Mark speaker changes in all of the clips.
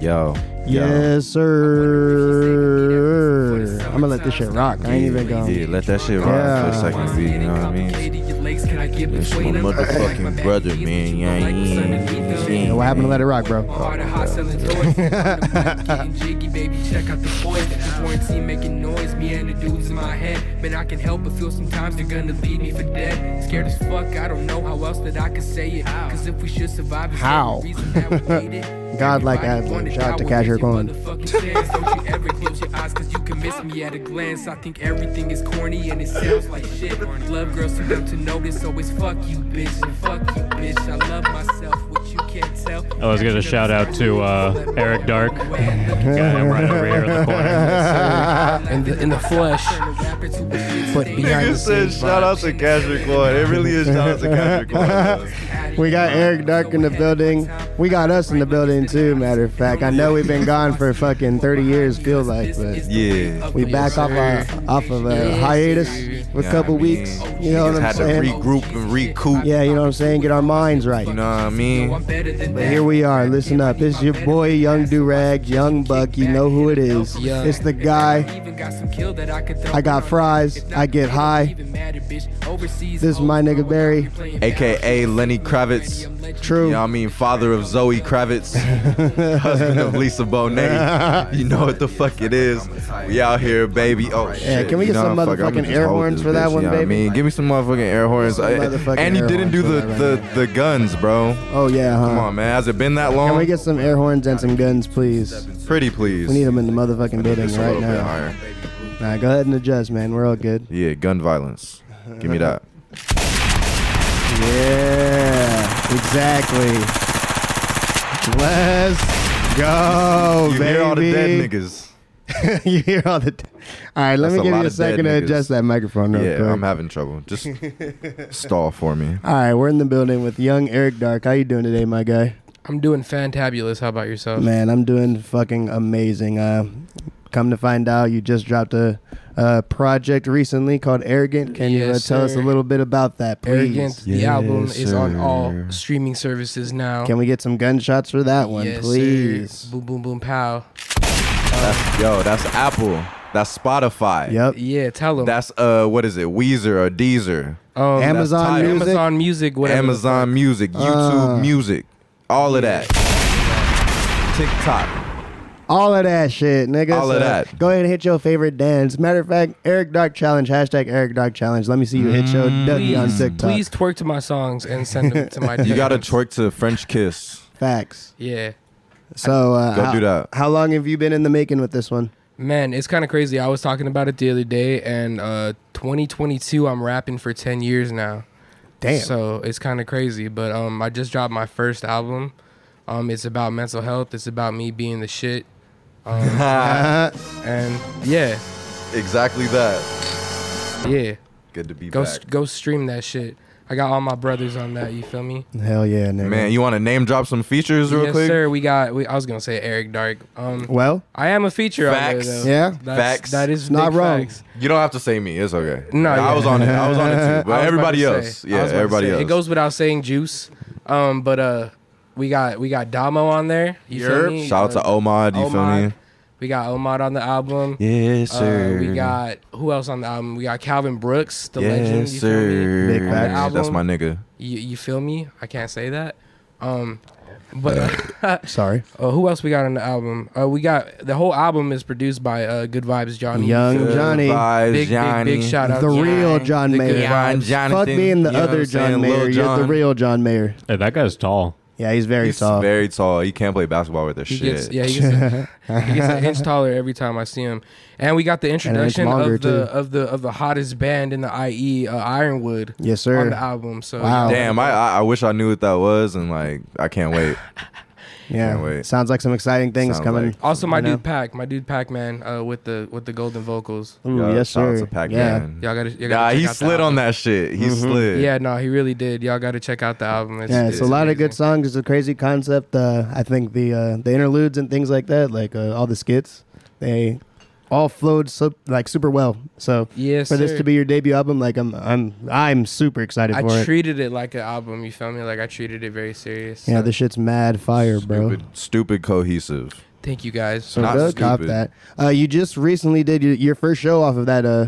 Speaker 1: Yo. Yo.
Speaker 2: Yes, sir. I'm gonna let this shit rock. I ain't even
Speaker 1: Yeah,
Speaker 2: going.
Speaker 1: yeah, let that shit run for
Speaker 2: Yeah.
Speaker 1: a second, B. You know what I mean?
Speaker 3: It's my motherfucking brother, man. Yeah, yeah, yeah.
Speaker 2: What happened to Let It Rock, bro?
Speaker 3: Hard and hot selling toys. Getting jiggy, baby, check out the boys. Quarantine making noise, me and the dudes in my head. Man, I can help but feel sometimes they're gonna leave me for dead. Scared as fuck, I don't know how else that I could say it. Cause if we should survive, it's
Speaker 2: How?
Speaker 3: every reason that we need it.
Speaker 2: Godlike
Speaker 3: Everybody
Speaker 2: ad lib.
Speaker 3: wanna
Speaker 2: Shout out to
Speaker 3: die with
Speaker 2: Casual
Speaker 3: your
Speaker 2: Clone.
Speaker 3: motherfucking chance. Don't you ever close your eyes, cause you can miss me at a glance. I think everything is corny and it sounds like shit. Love girls who dumb to notice, always fuck you, bitch. And fuck you, bitch. I love myself, what you can't tell.
Speaker 4: I was gonna shout out to uh, Eric Dark. Guy, I'm right over here in the corner.
Speaker 5: In the, in the flesh.
Speaker 2: But behind the
Speaker 1: said shout out to Cashmere Coin. It really is shout out to Cashmere Coin.
Speaker 2: We got Eric Dark in the building. We got us in the building too. Matter of fact, I know we've been gone for fucking 30 years, feels like, but
Speaker 1: Yeah.
Speaker 2: we back off a, off of a hiatus for a
Speaker 1: Yeah,
Speaker 2: couple
Speaker 1: I mean,
Speaker 2: weeks. You know
Speaker 1: Just
Speaker 2: what I'm
Speaker 1: had to
Speaker 2: saying?
Speaker 1: regroup and recoup.
Speaker 2: Yeah, you know what I'm saying. Get our minds right.
Speaker 1: You know what I mean?
Speaker 2: But here we are. Listen up. It's your boy, Young Durag, Young Buck. You know who it is.
Speaker 5: Yeah.
Speaker 2: It's the guy. I
Speaker 3: I
Speaker 2: got fries. I get high.
Speaker 3: This
Speaker 2: This is my nigga Barry.
Speaker 1: AKA Lenny Kravitz. You
Speaker 2: True.
Speaker 1: know what I mean? Father of Zoe Kravitz, husband of Lisa Bonet. You know what the fuck it is. We out here, baby. Oh, shit.
Speaker 2: Yeah, can we
Speaker 1: You
Speaker 2: get
Speaker 1: know
Speaker 2: some
Speaker 1: what? Fuck,
Speaker 2: motherfucking
Speaker 1: I'ma just
Speaker 2: air
Speaker 1: hold
Speaker 2: horns
Speaker 1: this
Speaker 2: for that
Speaker 1: bitch,
Speaker 2: one,
Speaker 1: you know what I
Speaker 2: baby?
Speaker 1: mean? Give me some motherfucking air horns.
Speaker 2: Some
Speaker 1: I-
Speaker 2: motherfucking
Speaker 1: and you
Speaker 2: air
Speaker 1: didn't do
Speaker 2: horns for
Speaker 1: the,
Speaker 2: that right
Speaker 1: the, the guns, bro.
Speaker 2: Oh, yeah,
Speaker 1: Come
Speaker 2: huh?
Speaker 1: on, man. Has it been that long?
Speaker 2: Can we get some air horns and some guns, please?
Speaker 1: Pretty please.
Speaker 2: We need them in the motherfucking building
Speaker 1: Just a
Speaker 2: right
Speaker 1: little bit
Speaker 2: now.
Speaker 1: higher.
Speaker 2: Nah, go ahead and adjust, man. We're all good.
Speaker 1: Yeah, gun violence. Give me that.
Speaker 2: Yeah, exactly. Let's go,
Speaker 1: you
Speaker 2: Oh, baby.
Speaker 1: hear all the dead niggas.
Speaker 2: you hear all the. T- all right, let
Speaker 1: That's a
Speaker 2: me give
Speaker 1: lot
Speaker 2: you a
Speaker 1: of dead
Speaker 2: second to
Speaker 1: niggas.
Speaker 2: adjust that microphone real
Speaker 1: yeah,
Speaker 2: quick.
Speaker 1: I'm having trouble. Just stall for me.
Speaker 2: all right, we're in the building with young Eric Dark. How you doing today, my guy?
Speaker 5: I'm doing fantabulous. How about yourself?
Speaker 2: Man, I'm doing fucking amazing. Uh, come to find out, you just dropped a, uh project recently called Arrogant. Can you uh,
Speaker 5: Yes,
Speaker 2: tell us a
Speaker 5: sir.
Speaker 2: little bit about that, please?
Speaker 5: Arrogant. the album
Speaker 1: Yes,
Speaker 5: is on all
Speaker 1: sir.
Speaker 5: streaming services now.
Speaker 2: Can we get some gunshots for that one,
Speaker 5: Yes, sir.
Speaker 2: please?
Speaker 5: Boom, boom, boom, pow.
Speaker 1: That's, yo, that's Apple. That's Spotify.
Speaker 2: Yep.
Speaker 5: Yeah, tell them.
Speaker 1: That's uh, what is it? Weezer or Deezer?
Speaker 5: um,
Speaker 2: Amazon
Speaker 1: tight.
Speaker 2: Music.
Speaker 5: Amazon Music, whatever.
Speaker 1: Amazon Music, YouTube
Speaker 2: Uh.
Speaker 1: Music, all of that. TikTok.
Speaker 2: All of that shit, nigga.
Speaker 1: All of that.
Speaker 2: Go ahead and hit your favorite dance. Matter of fact, Eric Dark Challenge, hashtag Eric Dark Challenge. Let me see you hit your Dougie on TikTok.
Speaker 5: Please twerk to my songs and send them to my.
Speaker 1: You gotta
Speaker 5: DMs.
Speaker 1: twerk to French Kiss.
Speaker 2: Facts.
Speaker 5: Yeah.
Speaker 2: So, uh,
Speaker 1: Go
Speaker 2: how,
Speaker 1: do that.
Speaker 2: How long have you been in the making with this one?
Speaker 5: Man, it's kind of crazy. I was talking about it the other day, and uh, 2022, I'm rapping for 10 years now.
Speaker 2: Damn.
Speaker 5: So it's kind of crazy. But um, I just dropped my first album. Um, it's about mental health. It's about me being the shit. Um,
Speaker 2: Uh-huh.
Speaker 5: and yeah,
Speaker 1: exactly that.
Speaker 5: yeah.
Speaker 1: Good to be
Speaker 5: Go
Speaker 1: back.
Speaker 5: go stream that shit. I got all my brothers on that. You feel me?
Speaker 2: Hell yeah, nigga.
Speaker 1: Man, you want to name drop some features real
Speaker 5: yes,
Speaker 1: quick?
Speaker 5: sir. We got. We, I was gonna say Eric Dark. Um,
Speaker 2: Well,
Speaker 5: I am a feature
Speaker 1: Facts.
Speaker 5: on there though.
Speaker 2: Yeah.
Speaker 5: That's,
Speaker 1: Facts.
Speaker 5: That is
Speaker 2: Not
Speaker 5: big
Speaker 2: wrong.
Speaker 5: Facts.
Speaker 1: You don't have to say me. It's okay.
Speaker 5: No,
Speaker 1: I
Speaker 5: yeah.
Speaker 1: was on it. I was on it too.
Speaker 5: I
Speaker 1: But
Speaker 5: was about to
Speaker 1: everybody
Speaker 5: say-
Speaker 1: else,
Speaker 5: I
Speaker 1: yeah,
Speaker 5: was about to
Speaker 1: everybody
Speaker 5: say,
Speaker 1: else.
Speaker 5: It goes without saying, Juice. Um, but uh, we got we got Damo on there. You feel me?
Speaker 1: Shout out to
Speaker 5: Uh,
Speaker 1: Omad. You feel
Speaker 5: Omad.
Speaker 1: me?
Speaker 5: We got Omad on the album.
Speaker 1: Yes,
Speaker 5: Uh, we got who else on the album? We got Calvin Brooks, the legend. You Feel me?
Speaker 2: Big
Speaker 1: sir.
Speaker 2: facts.
Speaker 5: On the
Speaker 1: That's my
Speaker 5: album.
Speaker 1: nigga.
Speaker 5: You, you feel me? I can't say that. Um, but uh,
Speaker 2: sorry.
Speaker 5: uh, who else we got on the album? Uh, we got the whole album is produced by uh, Good Vibes Johnny. You
Speaker 2: Young
Speaker 5: feel me?
Speaker 2: Johnny.
Speaker 1: Vibes,
Speaker 5: Big, big
Speaker 1: Johnny.
Speaker 5: big shout out
Speaker 2: The
Speaker 5: to
Speaker 2: real John
Speaker 5: the
Speaker 2: Mayer.
Speaker 5: good
Speaker 1: John
Speaker 5: vibes.
Speaker 1: Jonathan.
Speaker 2: Fuck being the
Speaker 1: you know what
Speaker 2: other
Speaker 1: I'm
Speaker 2: John
Speaker 1: saying? Lil
Speaker 2: Mayer. You're the
Speaker 1: John.
Speaker 2: real John Mayer.
Speaker 4: Hey, that guy's tall.
Speaker 2: Yeah, he's very
Speaker 1: He's
Speaker 2: soft.
Speaker 1: very tall. He can't play basketball with their
Speaker 5: He
Speaker 1: shit.
Speaker 5: gets, yeah, he gets, a, he gets an inch taller every time I see him. And we got the introduction
Speaker 2: longer,
Speaker 5: of the
Speaker 2: too.
Speaker 5: of the of the hottest band in the IE, uh, Ironwood,
Speaker 2: yes, sir.
Speaker 5: on the album. So
Speaker 2: Wow.
Speaker 5: you know,
Speaker 1: Damn, I, I I wish I knew what that was, and like I can't wait.
Speaker 2: yeah.
Speaker 1: Can't wait.
Speaker 2: Sounds like some exciting things
Speaker 1: Sounds
Speaker 2: coming.
Speaker 1: like-
Speaker 5: Also, my
Speaker 2: I know.
Speaker 5: dude Pac, my dude Pac Man, uh, with the with the golden vocals.
Speaker 2: Ooh,
Speaker 1: Yo,
Speaker 2: yes,
Speaker 1: shout out to
Speaker 2: sir.
Speaker 1: Pac
Speaker 2: yeah. Mm-hmm.
Speaker 1: Man.
Speaker 5: Y'all gotta, y'all gotta
Speaker 1: Nah,
Speaker 5: check
Speaker 1: he
Speaker 5: out the
Speaker 1: slid
Speaker 5: album.
Speaker 1: on that shit. He slid.
Speaker 5: Yeah, no, he really did. Y'all got to check out the album. It's,
Speaker 2: Yeah, it's, a lot of
Speaker 5: amazing.
Speaker 2: good songs. It's a crazy concept. Uh, I think the uh, the interludes and things like that, like uh, all the skits, they all flowed so, like super well. So
Speaker 5: Yes,
Speaker 2: for this
Speaker 5: sir.
Speaker 2: to be your debut album, like I'm I'm I'm super excited
Speaker 5: I
Speaker 2: for it.
Speaker 5: treated it like an album. You feel me? Like I treated it very serious.
Speaker 2: yeah,
Speaker 5: so
Speaker 2: this shit's mad fire, bro.
Speaker 1: Stupid, stupid cohesive.
Speaker 5: Thank you guys.
Speaker 2: So
Speaker 1: Not
Speaker 2: Doug, cop
Speaker 1: stupid.
Speaker 2: that. Uh, you just recently did your, your first show off of that uh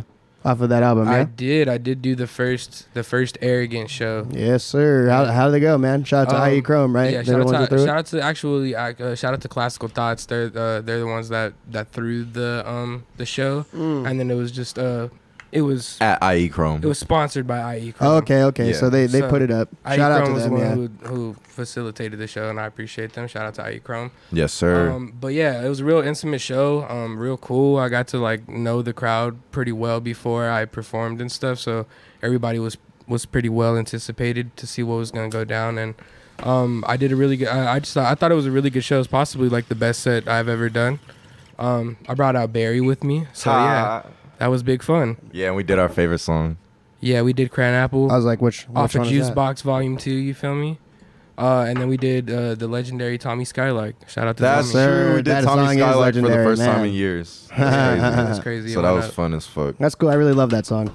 Speaker 2: off of that album,
Speaker 5: I
Speaker 2: yeah?
Speaker 5: did. I did do the first the first arrogant show.
Speaker 2: Yes, sir. How how did they go, man? Shout out to
Speaker 5: Um,
Speaker 2: IE Chrome, right?
Speaker 5: Yeah,
Speaker 2: They're the
Speaker 5: shout
Speaker 2: ones
Speaker 5: out,
Speaker 2: that
Speaker 5: to,
Speaker 2: threw it?
Speaker 5: shout out to actually uh, uh, shout out to Classical Thoughts. They're uh, they're the ones that that threw the um the show,
Speaker 2: Mm.
Speaker 5: and then it was just uh it was
Speaker 1: At IE Chrome.
Speaker 5: it was sponsored by IE. Chrome.
Speaker 2: Oh, okay, okay.
Speaker 1: Yeah.
Speaker 2: So they, they
Speaker 5: So,
Speaker 2: put it up.
Speaker 5: IE
Speaker 2: Shout out
Speaker 5: Chrome
Speaker 2: to
Speaker 5: was the
Speaker 2: them, yeah.
Speaker 5: one who, who facilitated the show, and I appreciate them. Shout out to IE Chrome.
Speaker 1: yes, sir.
Speaker 5: Um, but yeah, it was a real intimate show, um, real cool. I got to like know the crowd pretty well before I performed and stuff, so everybody was was pretty well anticipated to see what was gonna go down. And um, I did a really good. I, I just thought, I thought it was a really good show. It's possibly like the best set I've ever done. Um, I brought out Barry with me, so yeah,
Speaker 1: Ah.
Speaker 5: that was big fun.
Speaker 1: Yeah, and we did our favorite song.
Speaker 5: Yeah, we did Cran Apple
Speaker 2: I was like, which,
Speaker 5: off
Speaker 2: which
Speaker 5: of
Speaker 2: one is
Speaker 5: Juice
Speaker 2: that?
Speaker 5: Box Volume Two. You feel me? Uh, and then we did uh, the legendary Tommy Skylark. Shout out to
Speaker 1: That's
Speaker 5: Tommy.
Speaker 2: Sir,
Speaker 1: true. We did
Speaker 2: that song
Speaker 1: Tommy
Speaker 2: is
Speaker 1: Skylark for the
Speaker 2: legendary,
Speaker 1: first time
Speaker 2: man.
Speaker 1: in years.
Speaker 5: That's
Speaker 1: That's
Speaker 5: crazy.
Speaker 1: crazy.
Speaker 5: It
Speaker 1: So that
Speaker 5: went
Speaker 1: was
Speaker 5: up.
Speaker 1: fun as fuck.
Speaker 2: That's cool. I really love that song.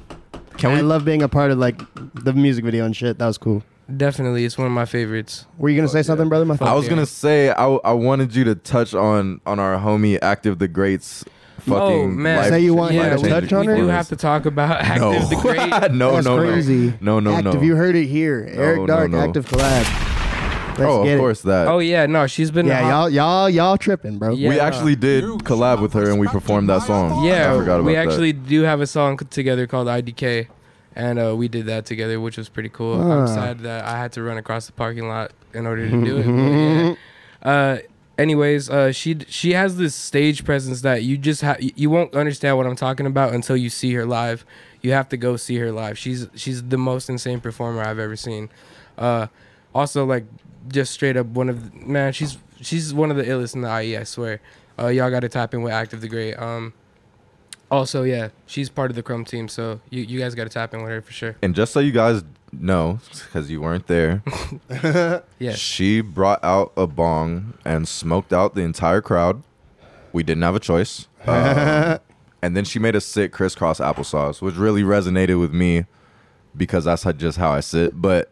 Speaker 1: Can
Speaker 2: I
Speaker 1: we?
Speaker 2: love being a part of like the music video and shit. That was cool.
Speaker 5: Definitely, it's one of my favorites.
Speaker 2: Were you gonna say something, brother? My
Speaker 1: I
Speaker 2: fault.
Speaker 1: was gonna say I, I wanted you to touch on on our homie Active the Great's fucking.
Speaker 5: Oh, man.
Speaker 1: life-
Speaker 2: Say you want
Speaker 5: Yeah,
Speaker 2: to
Speaker 5: we-
Speaker 2: touch on
Speaker 5: We do
Speaker 2: it?
Speaker 5: have to talk about Active
Speaker 1: No,
Speaker 5: the Great.
Speaker 1: no,
Speaker 2: That's
Speaker 1: no,
Speaker 2: crazy.
Speaker 1: no, no, no,
Speaker 2: active.
Speaker 1: no.
Speaker 2: You heard it here.
Speaker 1: no,
Speaker 2: Eric Dark,
Speaker 1: no.
Speaker 2: active collab. Let's
Speaker 1: oh,
Speaker 2: get
Speaker 1: of
Speaker 2: it.
Speaker 1: course that.
Speaker 5: Oh yeah, no, she's been uh,
Speaker 2: Yeah,
Speaker 5: hot-
Speaker 2: y'all, y'all, y'all tripping, bro.
Speaker 5: Yeah.
Speaker 1: We actually did collab with her and we performed that song.
Speaker 5: Yeah,
Speaker 1: I forgot about
Speaker 5: we
Speaker 1: that.
Speaker 5: actually do have a song c- together called IDK, and uh, we did that together, which was pretty cool.
Speaker 2: Ah.
Speaker 5: I'm sad that I had to run across the parking lot in order to do it. but yeah. uh, anyways, uh, she d- she has this stage presence that you just ha- you- you won't understand what I'm talking about until you see her live. You have to go see her live. She's she's the most insane performer I've ever seen. Uh, also, like just straight up one of the, man, she's she's one of the illest in the IE. I swear. Uh, y'all got to tap in with Active the Great. Um, also, yeah, she's part of the Chrome team, so you, you guys got to tap in with her for sure.
Speaker 1: And just so you guys know, because you weren't there,
Speaker 5: Yeah,
Speaker 1: she brought out a bong and smoked out the entire crowd. We didn't have a choice. Um, and then she made us sit crisscross applesauce, which really resonated with me because that's how, just how I sit. But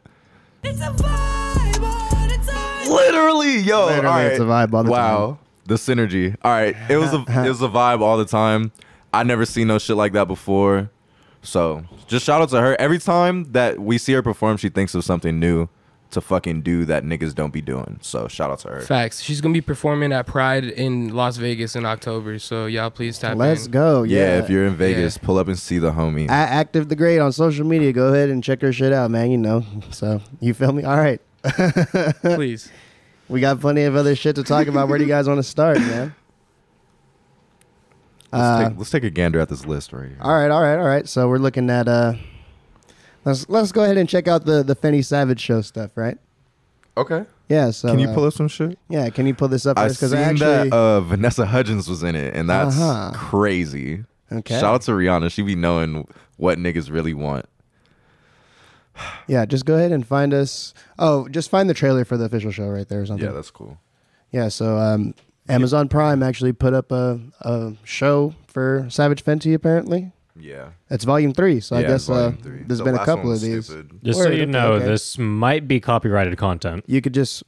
Speaker 6: It's a vibe all the time.
Speaker 1: literally, yo,
Speaker 2: Literally,
Speaker 1: all right.
Speaker 2: it's a vibe all the
Speaker 1: wow,
Speaker 2: time.
Speaker 1: the synergy. All right, it was a it was a vibe all the time. I never seen no shit like that before. So just shout out to her. Every time that we see her perform, she thinks of something new to fucking do that niggas don't be doing. So shout out to her.
Speaker 5: facts. She's gonna be performing at Pride in Las Vegas in October, so y'all please tap
Speaker 2: Let's
Speaker 5: in.
Speaker 2: go.
Speaker 1: Yeah,
Speaker 2: Yeah.
Speaker 1: if you're in Vegas, pull up and see the homie.
Speaker 2: at active the great on social media, go ahead and check her shit out, man. You know. So you feel me? All right.
Speaker 5: please.
Speaker 2: We got plenty of other shit to talk about. Where do you guys want to start, man?
Speaker 1: let's,
Speaker 2: uh,
Speaker 1: take, let's take a gander at this list right here.
Speaker 2: All right, all right, all right. So we're looking at uh, let's let's go ahead and check out the the Fenny Savage show stuff, right?
Speaker 1: Okay.
Speaker 2: Yeah. So
Speaker 1: Can you
Speaker 2: uh,
Speaker 1: pull up some shit?
Speaker 2: Yeah, can you pull this up?
Speaker 1: I
Speaker 2: Because
Speaker 1: seen
Speaker 2: I actually
Speaker 1: that uh, Vanessa Hudgens was in it, and that's
Speaker 2: Uh-huh.
Speaker 1: crazy.
Speaker 2: okay.
Speaker 1: Shout out to Rihanna. She be knowing what niggas really want.
Speaker 2: Yeah, just go ahead and find us. Oh, just find the trailer for the official show right there or something.
Speaker 1: Yeah,
Speaker 2: Yeah,
Speaker 1: that's cool.
Speaker 2: so um, Amazon Prime actually put up a, a show for Savage Fenty, apparently.
Speaker 1: Yeah.
Speaker 2: It's volume three, so I
Speaker 1: Yeah,
Speaker 2: guess uh,
Speaker 1: volume three.
Speaker 2: there's
Speaker 1: The
Speaker 2: been a
Speaker 1: last one
Speaker 2: couple of
Speaker 1: was
Speaker 2: these.
Speaker 1: stupid.
Speaker 4: Just so
Speaker 2: Word,
Speaker 4: you
Speaker 2: okay,
Speaker 4: know,
Speaker 2: okay.
Speaker 4: this might be copyrighted content.
Speaker 2: You could just,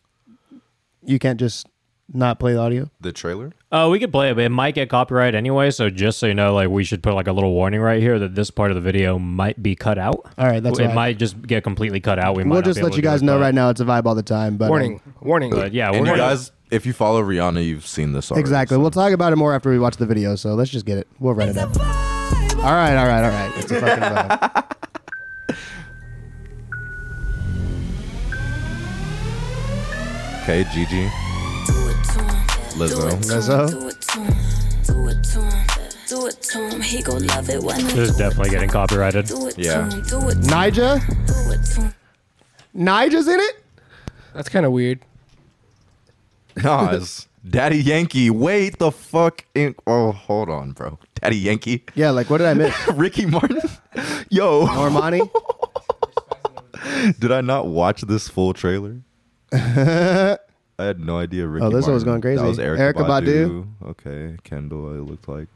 Speaker 2: you can't just not play the audio.
Speaker 1: The trailer?
Speaker 4: Oh, we could play it, but it might get copyrighted anyway. So just so you know, like we should put like a little warning right here that this part of the video might be cut out.
Speaker 2: All right, that's
Speaker 4: it.
Speaker 2: all right.
Speaker 4: Might just get completely cut out. We might
Speaker 2: We'll
Speaker 4: not
Speaker 2: just
Speaker 4: be able
Speaker 2: let you
Speaker 4: to do
Speaker 2: guys
Speaker 4: it,
Speaker 2: know
Speaker 4: but-
Speaker 2: right now it's a vibe all the time. But um,
Speaker 5: Warning, warning.
Speaker 4: But yeah,
Speaker 1: And
Speaker 4: we're
Speaker 1: you
Speaker 4: gonna-
Speaker 1: guys, if you follow Rihanna, you've seen this already.
Speaker 2: exactly.
Speaker 1: so-
Speaker 2: We'll talk about it more after we watch the video. So let's just get it. We'll run it
Speaker 6: It's a
Speaker 2: up.
Speaker 6: vibe.
Speaker 2: All right, all right, all right. It's a fucking vibe.
Speaker 1: Okay, Gigi.
Speaker 7: Do it to him.
Speaker 1: Lizzo.
Speaker 2: Lizzo.
Speaker 7: Do it to him. Do it to him. Do it to him. He gon' love it when I
Speaker 4: This is
Speaker 7: do
Speaker 4: definitely getting copyrighted.
Speaker 7: do it
Speaker 1: Yeah.
Speaker 7: to him. Do it to him.
Speaker 2: Nija,
Speaker 7: Do it to him.
Speaker 2: Nija's in it.
Speaker 5: That's kind of weird.
Speaker 1: Nas. Daddy Yankee. Wait the fuck. In- oh, hold on, bro. Daddy Yankee.
Speaker 2: Yeah, like what did I miss?
Speaker 1: Ricky Martin. Yo.
Speaker 2: Normani.
Speaker 1: Did I not watch this full trailer? I had no idea. Ricky
Speaker 2: Oh, this one was
Speaker 1: Martin-
Speaker 2: going crazy.
Speaker 1: That was Erica,
Speaker 2: Erykah
Speaker 1: Badu. Okay, Kendall. It looked like.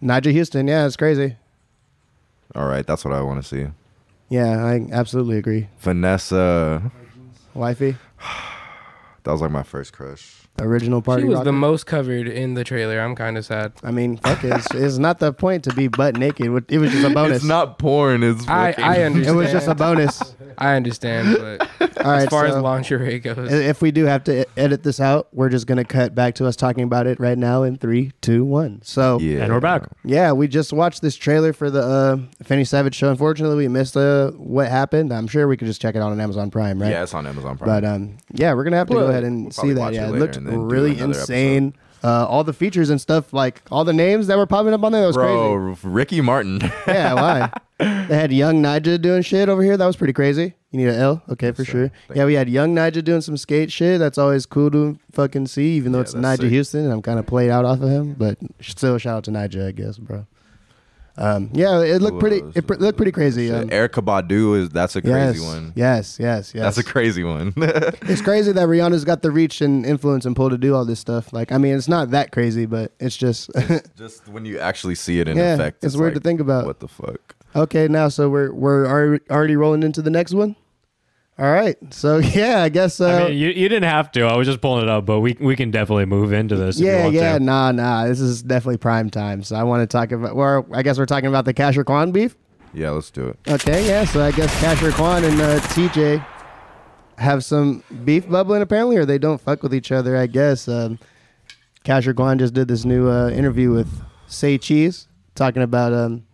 Speaker 2: Nigel Houston. Yeah, it's crazy.
Speaker 1: All right, that's what I want to see.
Speaker 2: Yeah, I absolutely agree.
Speaker 1: Vanessa.
Speaker 2: Wifey.
Speaker 1: That was like my first crush.
Speaker 2: Original party.
Speaker 5: She was
Speaker 2: rocker.
Speaker 5: the most covered in the trailer. I'm kind of sad.
Speaker 2: I mean, fuck it. It's, it's not the point to be butt naked. It was just a bonus.
Speaker 1: It's not porn. It's
Speaker 5: I,
Speaker 1: fucking-
Speaker 5: I
Speaker 2: It
Speaker 5: understand.
Speaker 2: was just a bonus.
Speaker 5: I understand, but
Speaker 2: All right.
Speaker 5: as far as
Speaker 2: so
Speaker 5: lingerie goes,
Speaker 2: i- if we do have to e- edit this out, we're just gonna cut back to us talking about it right now in three, two, one. So
Speaker 1: yeah.
Speaker 4: And we're back.
Speaker 2: Yeah, we just watched this trailer for the uh, Fanny Savage show. Unfortunately, we missed uh, what happened. I'm sure we could just check it out on Amazon Prime, right?
Speaker 1: Yeah, it's on Amazon Prime.
Speaker 2: But um, yeah, we're gonna have to
Speaker 1: Well,
Speaker 2: go ahead and
Speaker 1: we'll probably
Speaker 2: see that.
Speaker 1: watch it
Speaker 2: Yeah, it
Speaker 1: later
Speaker 2: looked
Speaker 1: and then do
Speaker 2: really
Speaker 1: another
Speaker 2: insane. Uh, all the features and stuff, like all the names that were popping up on there, that was
Speaker 1: Bro,
Speaker 2: crazy.
Speaker 1: Ricky Martin.
Speaker 2: Yeah, why? they had young Nigel doing shit over here. That was pretty crazy. You need an L, okay, for sure.
Speaker 1: Thank
Speaker 2: Yeah, we had young Nigel doing some skate shit. That's always cool to fucking see, even though
Speaker 1: Yeah,
Speaker 2: it's
Speaker 1: that's
Speaker 2: Nigel
Speaker 1: sick.
Speaker 2: Houston, and I'm kind of played out off of him. But still, shout out to Nigel, I guess, bro. Um, yeah, it looked
Speaker 1: Who
Speaker 2: pretty.
Speaker 1: else?
Speaker 2: It pr- looked pretty crazy. Um,
Speaker 1: Erica Badu is that's a crazy
Speaker 2: yes,
Speaker 1: one.
Speaker 2: Yes, yes, yes.
Speaker 1: That's a crazy one.
Speaker 2: it's crazy that Rihanna's got the reach and influence and pull to do all this stuff. Like, I mean, it's not that crazy, but it's just
Speaker 1: Just when you actually see it in
Speaker 2: Yeah,
Speaker 1: effect,
Speaker 2: it's weird to think about.
Speaker 1: What the fuck?
Speaker 2: Okay, now so we're we're alre- already rolling into the next one. All right, so yeah, I guess. Uh,
Speaker 4: I mean, you, you didn't have to. I was just pulling it up, but we we can definitely move into this. if you
Speaker 2: yeah,
Speaker 4: want
Speaker 2: yeah,
Speaker 4: to.
Speaker 2: nah, nah. This is definitely prime time. So I want to talk about. Well, I guess we're talking about the Kasher Kwan beef.
Speaker 1: Yeah, let's do it.
Speaker 2: Okay, yeah. So I guess Kasher Kwan and uh, TJ have some beef bubbling apparently, or they don't fuck with each other. I guess. Um, Kasher Kwan just did this new uh, interview with Say Cheese, talking about um,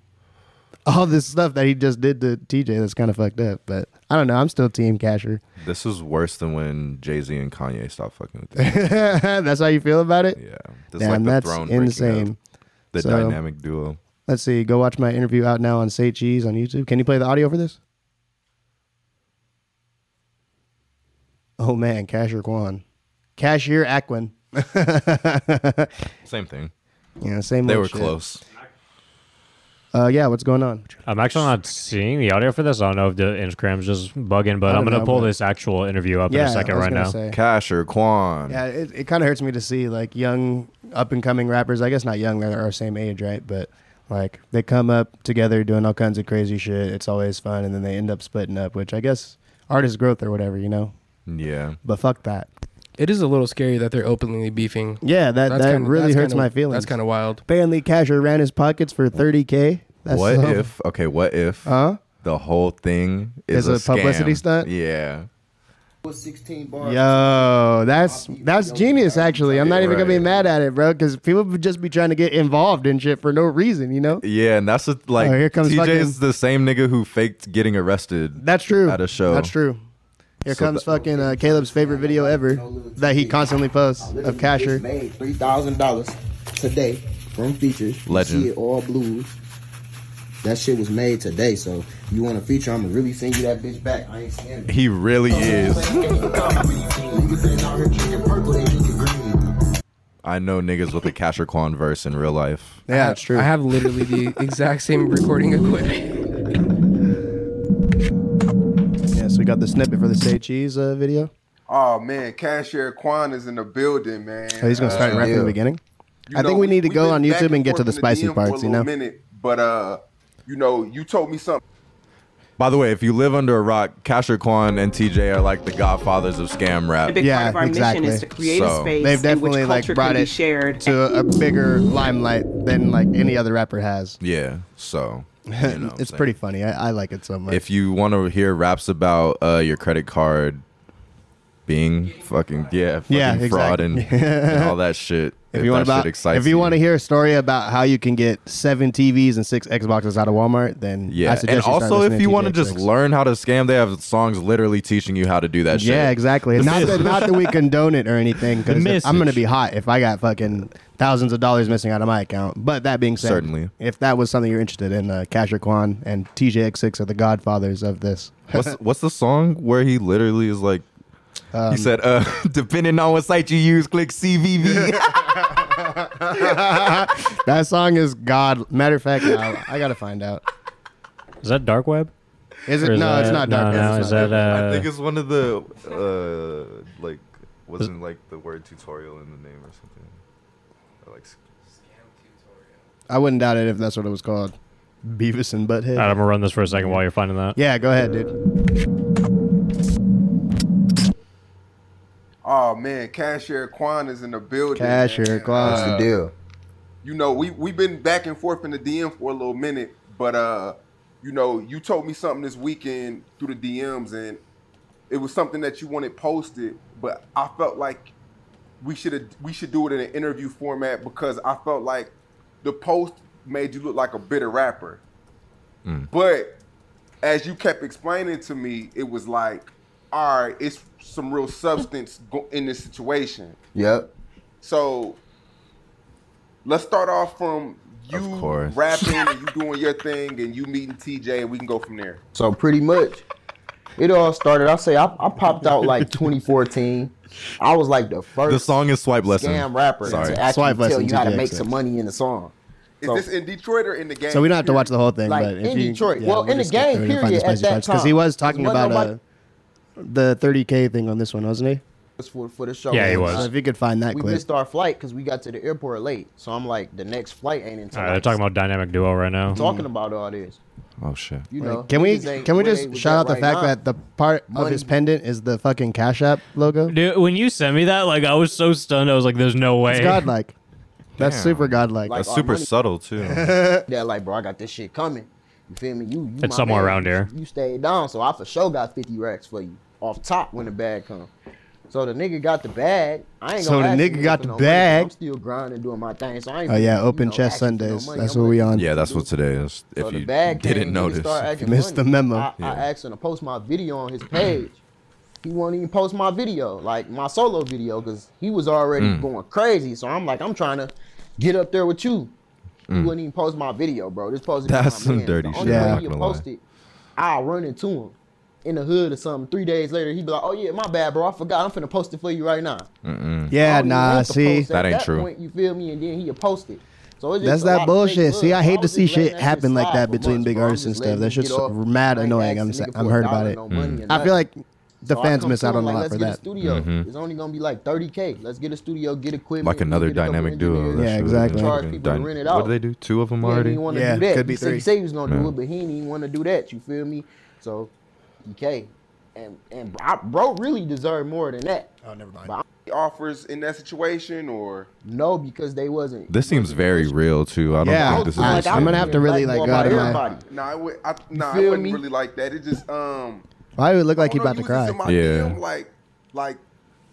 Speaker 2: all this stuff that he just did to TJ. That's kind of fucked up. But I don't know. I'm still Team Kasher.
Speaker 1: This is worse than when Jay Z and Kanye stopped fucking with each other.
Speaker 2: that's how you feel about it.
Speaker 1: Yeah, this is
Speaker 2: Damn,
Speaker 1: like the
Speaker 2: that's
Speaker 1: throne breaking up,
Speaker 2: insane.
Speaker 1: the
Speaker 2: So-
Speaker 1: dynamic duo.
Speaker 2: Let's see. Go watch my interview out now on Say Cheese on YouTube. Can you play the audio for this? Oh man, Cashier Kwan, Cashier Aquin.
Speaker 1: Same thing.
Speaker 2: Yeah, same.
Speaker 1: They
Speaker 2: old
Speaker 1: were
Speaker 2: shit.
Speaker 1: close.
Speaker 2: Uh, yeah, what's going on?
Speaker 4: I'm actually not seeing the audio for this. I don't know if the Instagram's just bugging, but
Speaker 2: I don't
Speaker 4: I'm gonna
Speaker 2: know,
Speaker 4: pull
Speaker 2: but-
Speaker 4: this actual interview up
Speaker 2: yeah,
Speaker 4: in a second
Speaker 2: I was
Speaker 4: right
Speaker 2: gonna
Speaker 4: now.
Speaker 2: say.
Speaker 1: Cash or Quan.
Speaker 2: Yeah, it, it kind of hurts me to see like young up and coming rappers. I guess not young; they're our same age, right? But like they come up together doing all kinds of crazy shit. It's always fun, and then they end up splitting up, which I guess artist growth or whatever, you know.
Speaker 1: yeah.
Speaker 2: But fuck that.
Speaker 5: it is a little scary that they're openly beefing.
Speaker 2: Yeah, that
Speaker 5: That's
Speaker 2: that
Speaker 5: kinda-
Speaker 2: really
Speaker 5: that's
Speaker 2: hurts
Speaker 5: kinda-
Speaker 2: my feelings.
Speaker 5: That's kind of wild.
Speaker 2: Apparently, Casher ran his pockets for 30k. That's
Speaker 1: what
Speaker 2: so-
Speaker 1: if? Okay, what if
Speaker 2: Huh?
Speaker 1: the whole thing is
Speaker 2: Is a publicity
Speaker 1: scam?
Speaker 2: stunt?
Speaker 1: Yeah.
Speaker 2: Yo, that's that's genius. Actually, I'm not even gonna be
Speaker 1: Right.
Speaker 2: mad at it, bro, because people would just be trying to get involved in shit for no reason. You know,
Speaker 1: Yeah, and that's a, like
Speaker 2: Oh, here comes
Speaker 1: TJ is
Speaker 2: fucking-
Speaker 1: the same nigga who faked getting arrested.
Speaker 2: that's true.
Speaker 1: At a show.
Speaker 2: that's true. Here
Speaker 1: So
Speaker 2: comes
Speaker 1: that-
Speaker 2: fucking uh, Caleb's favorite video ever that he constantly posts of Casher.
Speaker 8: made three thousand dollars today from features. You
Speaker 1: Legend.
Speaker 8: See it all blues. That shit was made today, so you want a feature? I'ma really send you that bitch back. I ain't scamming.
Speaker 1: He really is. I know niggas with a Cash or Quan verse in real life.
Speaker 2: Yeah, that's true.
Speaker 5: I have literally the exact same recording equipment.
Speaker 2: yeah, so we got the snippet for the Say Cheese uh, video.
Speaker 9: Oh man, cashier Quan is in the building, man.
Speaker 2: Oh, he's gonna start
Speaker 9: Uh,
Speaker 2: right from the
Speaker 9: yeah.
Speaker 2: beginning.
Speaker 9: You
Speaker 2: I think
Speaker 9: know,
Speaker 2: we need to go
Speaker 9: been
Speaker 2: on
Speaker 9: back
Speaker 2: YouTube and get to
Speaker 9: forth
Speaker 2: the
Speaker 9: in
Speaker 2: spicy
Speaker 9: DM for a
Speaker 2: parts. You know.
Speaker 9: little minute, but uh, you know, you told me something.
Speaker 1: By the way, if you live under a rock, Cash or Quan and TJ are like the godfathers of scam rap.
Speaker 10: big
Speaker 2: Yeah,
Speaker 10: part of our mission is
Speaker 2: exactly.
Speaker 10: to create
Speaker 1: So-
Speaker 10: a space
Speaker 2: They've
Speaker 10: in
Speaker 2: definitely
Speaker 10: which
Speaker 2: like
Speaker 10: culture
Speaker 2: brought
Speaker 10: can be
Speaker 2: it
Speaker 10: shared.
Speaker 2: to a, a bigger limelight than like any other rapper has.
Speaker 1: Yeah, so you know what I'm
Speaker 2: it's
Speaker 1: saying.
Speaker 2: pretty funny. I, I like it so much.
Speaker 1: If you want to hear raps about uh, your credit card being fucking yeah, fucking
Speaker 2: Yeah,
Speaker 1: fraud and,
Speaker 2: exactly.
Speaker 1: and all that shit,
Speaker 2: if you want
Speaker 1: that
Speaker 2: about,
Speaker 1: shit excites
Speaker 2: if you want to hear a story about how you can get seven TVs and six Xboxes out of Walmart, then I
Speaker 1: Yeah,
Speaker 2: suggest
Speaker 1: and
Speaker 2: you start
Speaker 1: also
Speaker 2: listening
Speaker 1: if you want to
Speaker 2: TJX
Speaker 1: just
Speaker 2: Tricks.
Speaker 1: learn how to scam, they have songs literally teaching you how to do that shit.
Speaker 2: yeah, exactly. And Not that, not that we condone it or anything, because I'm gonna be hot if I got fucking thousands of dollars missing out of my account. But that being said,
Speaker 1: Certainly.
Speaker 2: if that was something you're interested in, uh, Kasher Kwan and TJX6 are the godfathers of this.
Speaker 1: What's what's the song where he literally is like?
Speaker 2: Um,
Speaker 1: he said, uh, "Depending on what site you use, click CVV."
Speaker 2: That song is God. Matter of fact, I, I gotta find out.
Speaker 4: Is that dark web?
Speaker 2: Is it?
Speaker 4: Or is
Speaker 2: no, it's not
Speaker 4: that- no,
Speaker 2: Dark Web,
Speaker 4: no,
Speaker 2: it's
Speaker 4: is
Speaker 2: not
Speaker 4: that
Speaker 2: Dark Web.
Speaker 1: I
Speaker 4: uh,
Speaker 1: think it's one of the uh, like wasn't like the word tutorial in the name or something. Or like,
Speaker 2: I wouldn't doubt it if that's what it was called. Beavis and Butthead.
Speaker 4: Alright, I'm gonna run this for a second while you're finding that.
Speaker 2: yeah, go ahead, dude.
Speaker 9: Oh man, cashier Quan is in the building.
Speaker 2: Cashier
Speaker 9: man.
Speaker 2: Quan.
Speaker 9: Uh,
Speaker 8: What's the deal?
Speaker 9: you know, we we've been back and forth in the DM for a little minute, but uh, you know, you told me something this weekend through the DMs, and it was something that you wanted posted, but I felt like we should we should do it in an interview format because I felt like the post made you look like a bitter rapper, but as you kept explaining to me, it was like, all right, it's some real substance go- in this situation.
Speaker 8: Yep.
Speaker 9: So let's start off from
Speaker 1: Of
Speaker 9: you
Speaker 1: course.
Speaker 9: rapping and you doing your thing and you meeting TJ and we can go from there.
Speaker 8: So pretty much, it all started. I'll say I, I popped out like 2014. I was like the first
Speaker 1: The song is Swipe Lesson.
Speaker 8: scam rapper
Speaker 1: Sorry.
Speaker 8: to actually
Speaker 2: Swipe
Speaker 8: tell
Speaker 2: lesson,
Speaker 8: you how to
Speaker 2: TJ
Speaker 8: make
Speaker 2: said.
Speaker 8: some money in the song.
Speaker 9: Is
Speaker 8: So-
Speaker 9: this in Detroit or in the game?
Speaker 2: So we don't have to watch the whole thing,
Speaker 8: Like,
Speaker 2: but if
Speaker 8: in
Speaker 2: you,
Speaker 8: Detroit. Well, in the game, period, at that
Speaker 2: because he
Speaker 8: time.
Speaker 2: was talking
Speaker 8: Wasn't
Speaker 2: about uh, the 30k thing on this one, wasn't he?
Speaker 8: For, for the show.
Speaker 4: Yeah, he
Speaker 8: And,
Speaker 4: was.
Speaker 8: uh,
Speaker 2: So if you could find that
Speaker 8: we
Speaker 2: clip,
Speaker 8: missed our flight because we got to the airport late. So I'm like, the next flight ain't until.
Speaker 4: All right, they're
Speaker 8: like,
Speaker 4: talking about dynamic duo right now.
Speaker 8: talking about all this.
Speaker 1: Oh shit.
Speaker 8: You
Speaker 2: Like,
Speaker 8: know,
Speaker 2: can we
Speaker 8: niggas ain't
Speaker 2: can we
Speaker 8: where they
Speaker 2: just
Speaker 8: was
Speaker 2: shout
Speaker 8: at
Speaker 2: out the
Speaker 8: right
Speaker 2: fact
Speaker 8: now.
Speaker 2: that the part of
Speaker 8: Money.
Speaker 2: his pendant is the fucking Cash App logo?
Speaker 4: Dude, when you sent me that, like I was so stunned. I was like, "There's no way."
Speaker 2: It's godlike. That's
Speaker 1: Damn.
Speaker 2: super godlike.
Speaker 8: Like-
Speaker 1: That's
Speaker 8: our
Speaker 1: super
Speaker 8: money-
Speaker 1: subtle too.
Speaker 8: that like, bro, I got this shit coming. You feel me? You, you
Speaker 4: It's
Speaker 8: my
Speaker 4: somewhere
Speaker 8: man.
Speaker 4: around here.
Speaker 8: You stayed down, so I for sure got fifty racks for you off top when the bag come. So the nigga got the bag. I ain't
Speaker 2: So
Speaker 8: gonna
Speaker 2: the
Speaker 8: ask
Speaker 2: nigga
Speaker 8: you
Speaker 2: got
Speaker 8: for
Speaker 2: the
Speaker 8: no money, 'cause
Speaker 2: bag.
Speaker 8: I'm still grinding doing my thing. So I ain't
Speaker 2: oh
Speaker 8: finna,
Speaker 2: yeah,
Speaker 8: you
Speaker 2: open
Speaker 8: know,
Speaker 2: chest
Speaker 8: ask you for no
Speaker 2: Sundays.
Speaker 8: money.
Speaker 2: That's
Speaker 8: I'm
Speaker 2: what we
Speaker 8: like,
Speaker 2: on.
Speaker 1: Yeah, that's what today is.
Speaker 8: So
Speaker 1: If
Speaker 8: the
Speaker 1: you
Speaker 8: bag came,
Speaker 1: didn't
Speaker 8: nigga
Speaker 1: notice,
Speaker 8: start acting
Speaker 2: missed
Speaker 8: funny.
Speaker 2: the memo.
Speaker 8: I, I asked him to post my video on his page. He won't even post my video, like my solo video, because he was already
Speaker 1: Mm.
Speaker 8: going crazy. So I'm like, I'm trying to get up there with you. He wouldn't even post my video, bro. This supposed to be
Speaker 1: Mm. That's
Speaker 8: my
Speaker 1: some
Speaker 8: man.
Speaker 1: dirty
Speaker 8: the
Speaker 1: shit,
Speaker 8: Only
Speaker 2: I'm
Speaker 8: way
Speaker 2: not
Speaker 8: he'll
Speaker 1: gonna lie.
Speaker 8: post it, I'll run into him in the hood or something. Three days later, he'd be like, "Oh yeah, my bad, bro. I forgot. I'm finna post it for you right now." I
Speaker 2: Yeah,
Speaker 8: don't even
Speaker 2: nah.
Speaker 8: want to
Speaker 2: See,
Speaker 8: post at
Speaker 1: That ain't true.
Speaker 8: Point, you feel me? And then he'll post it. So it's
Speaker 2: That's
Speaker 8: just a
Speaker 2: that
Speaker 8: lot of fake
Speaker 2: bullshit. See,
Speaker 8: love.
Speaker 2: I hate
Speaker 8: So
Speaker 2: to
Speaker 8: was
Speaker 2: see
Speaker 8: just letting
Speaker 2: shit
Speaker 8: that
Speaker 2: happen like
Speaker 8: slide
Speaker 2: that
Speaker 8: for
Speaker 2: between
Speaker 8: months,
Speaker 2: big
Speaker 8: bro. I'm
Speaker 2: artists and
Speaker 8: just
Speaker 2: stuff.
Speaker 8: letting
Speaker 2: That
Speaker 8: it
Speaker 2: shit's
Speaker 8: get off.
Speaker 2: mad
Speaker 8: I ain't
Speaker 2: annoying. I'm
Speaker 8: asking
Speaker 2: sa-
Speaker 8: nigga
Speaker 2: I'm
Speaker 8: for a
Speaker 2: hurt about
Speaker 8: dollar,
Speaker 2: it.
Speaker 8: no money or
Speaker 2: I feel
Speaker 8: nothing.
Speaker 2: like the
Speaker 8: So I
Speaker 2: fans
Speaker 8: come
Speaker 2: miss
Speaker 8: to
Speaker 2: out
Speaker 8: him
Speaker 2: on a
Speaker 8: like,
Speaker 2: lot
Speaker 8: let's
Speaker 2: for
Speaker 8: get a
Speaker 2: that.
Speaker 8: studio. It's only gonna be like 30k. Let's get a studio, get equipment,
Speaker 1: like
Speaker 8: we
Speaker 1: another
Speaker 8: get a couple
Speaker 1: dynamic duo.
Speaker 8: engineers.
Speaker 1: that
Speaker 2: Yeah,
Speaker 1: shit was
Speaker 2: exactly.
Speaker 1: really
Speaker 8: Charge
Speaker 1: good.
Speaker 8: people to
Speaker 1: Dyna-
Speaker 8: rent it
Speaker 1: What
Speaker 8: out.
Speaker 1: do they do? Two of them
Speaker 8: He didn't
Speaker 1: already.
Speaker 8: even want to
Speaker 2: Yeah,
Speaker 8: do that.
Speaker 2: could be
Speaker 8: he, said,
Speaker 2: three.
Speaker 8: he said he was gonna
Speaker 1: Yeah.
Speaker 8: do it, but he didn't even want to do that. You feel me? So, DK, and and I, bro really deserved more than that.
Speaker 2: Oh, never mind.
Speaker 9: Any offers in that situation or
Speaker 8: No, because they wasn't.
Speaker 1: This seems very real too. I don't
Speaker 2: Yeah,
Speaker 1: think this
Speaker 8: Oh
Speaker 1: is.
Speaker 2: I-
Speaker 1: just
Speaker 2: I'm gonna
Speaker 1: fake.
Speaker 2: have to really, like,
Speaker 8: blackballed
Speaker 2: go out
Speaker 8: by
Speaker 2: of my-
Speaker 8: everybody.
Speaker 9: nah, I would I, nah, I
Speaker 8: feel
Speaker 9: wouldn't
Speaker 8: me?
Speaker 9: really like that. It just um
Speaker 2: Why do it look like
Speaker 9: I
Speaker 2: you
Speaker 9: don't know,
Speaker 2: about to
Speaker 9: you was
Speaker 2: cry?
Speaker 9: just in my
Speaker 1: Yeah.
Speaker 9: DM, like like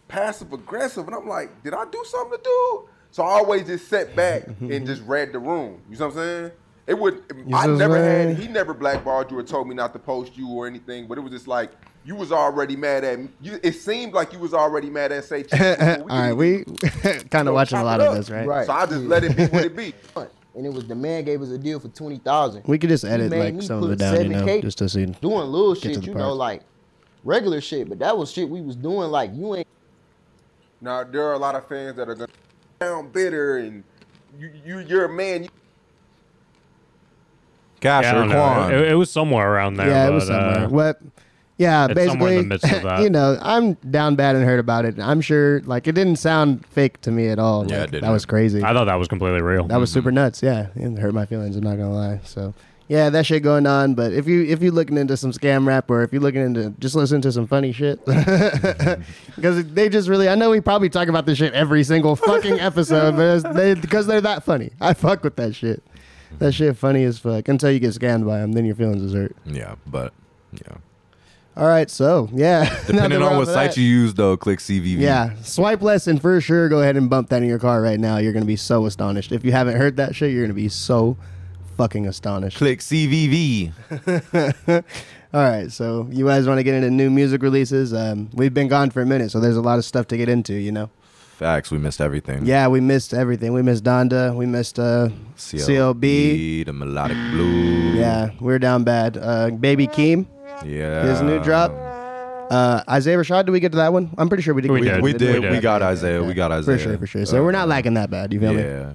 Speaker 9: passive aggressive and I'm like, did I do something to do? So I always just sat back and just read the room. You know what I'm saying? It would I
Speaker 2: just
Speaker 9: never
Speaker 2: read.
Speaker 9: had he never blackballed you or told me not to post you or anything, but it was just like you was already mad at me. You, it seemed like you was already mad at say.
Speaker 2: All right, we kind of watching a
Speaker 9: chop
Speaker 2: lot
Speaker 9: it
Speaker 2: of
Speaker 9: up.
Speaker 2: this, right?
Speaker 8: Right.
Speaker 9: So I just let it be what it be.
Speaker 8: And it was the man gave us a deal for twenty thousand.
Speaker 2: We could just edit
Speaker 8: made
Speaker 2: like
Speaker 8: me
Speaker 2: some of
Speaker 8: put
Speaker 2: it down, you know,
Speaker 8: 7K
Speaker 2: just to see.
Speaker 8: doing little
Speaker 2: Get to
Speaker 8: shit,
Speaker 2: the
Speaker 8: you know,
Speaker 2: part.
Speaker 8: like regular shit, but that was shit we was doing. Like you ain't
Speaker 9: Now there are a lot of fans that are gonna sound bitter and you, you you're a man. You,
Speaker 1: Gosh,
Speaker 4: Yeah, I don't know.
Speaker 1: Raekwon.
Speaker 4: It, it was somewhere around there.
Speaker 2: Yeah, it
Speaker 4: but,
Speaker 2: was somewhere.
Speaker 4: uh,
Speaker 2: what? Yeah,
Speaker 4: it's somewhere
Speaker 2: basically,
Speaker 4: in the midst of that.
Speaker 2: you know, I'm down bad and hurt about it. I'm sure, like, it didn't sound fake to me at all.
Speaker 1: Yeah,
Speaker 2: Like,
Speaker 1: it didn't.
Speaker 2: That was crazy.
Speaker 4: I thought that was completely real.
Speaker 2: That was
Speaker 1: Mm-hmm.
Speaker 2: super nuts. Yeah, it hurt my feelings. I'm not gonna lie. So yeah, that shit going on. But if you if you looking into some scam rap or if you looking into just listen to some funny shit,
Speaker 1: Mm-hmm.
Speaker 2: because they just really I know we probably talk about this shit every single fucking episode, but it's, they because they're that funny. I fuck with that shit. That shit funny as fuck until you get scammed by them, then your feelings is hurt.
Speaker 1: yeah, but yeah.
Speaker 2: All right, so yeah, now that
Speaker 1: Depending
Speaker 2: we're
Speaker 1: on
Speaker 2: off
Speaker 1: what
Speaker 2: of
Speaker 1: site
Speaker 2: that-
Speaker 1: you use, though, click CVV.
Speaker 2: yeah, swipe lesson for sure. Go ahead and bump that in your car right now. You're gonna be so astonished. If you haven't heard that shit, you're gonna be so fucking astonished.
Speaker 1: Click CVV.
Speaker 2: All right, so you guys want to get into new music releases? Um, we've been gone for a minute, so there's a lot of stuff to get into. You know,
Speaker 1: Facts. We missed everything.
Speaker 2: yeah, we missed everything. We missed Donda. We missed uh, CLB.
Speaker 1: The melodic blues.
Speaker 2: Yeah, we're down bad. Uh, Baby Keem,
Speaker 1: Yeah.
Speaker 2: his new drop. Uh, Isaiah Rashad, did we get to that one? I'm pretty sure we did.
Speaker 4: We did.
Speaker 1: We did.
Speaker 4: We
Speaker 1: We
Speaker 4: did.
Speaker 1: got Isaiah. We got Isaiah. Uh,
Speaker 2: For sure, for sure. So we're not lacking that bad. You feel me?
Speaker 1: Yeah.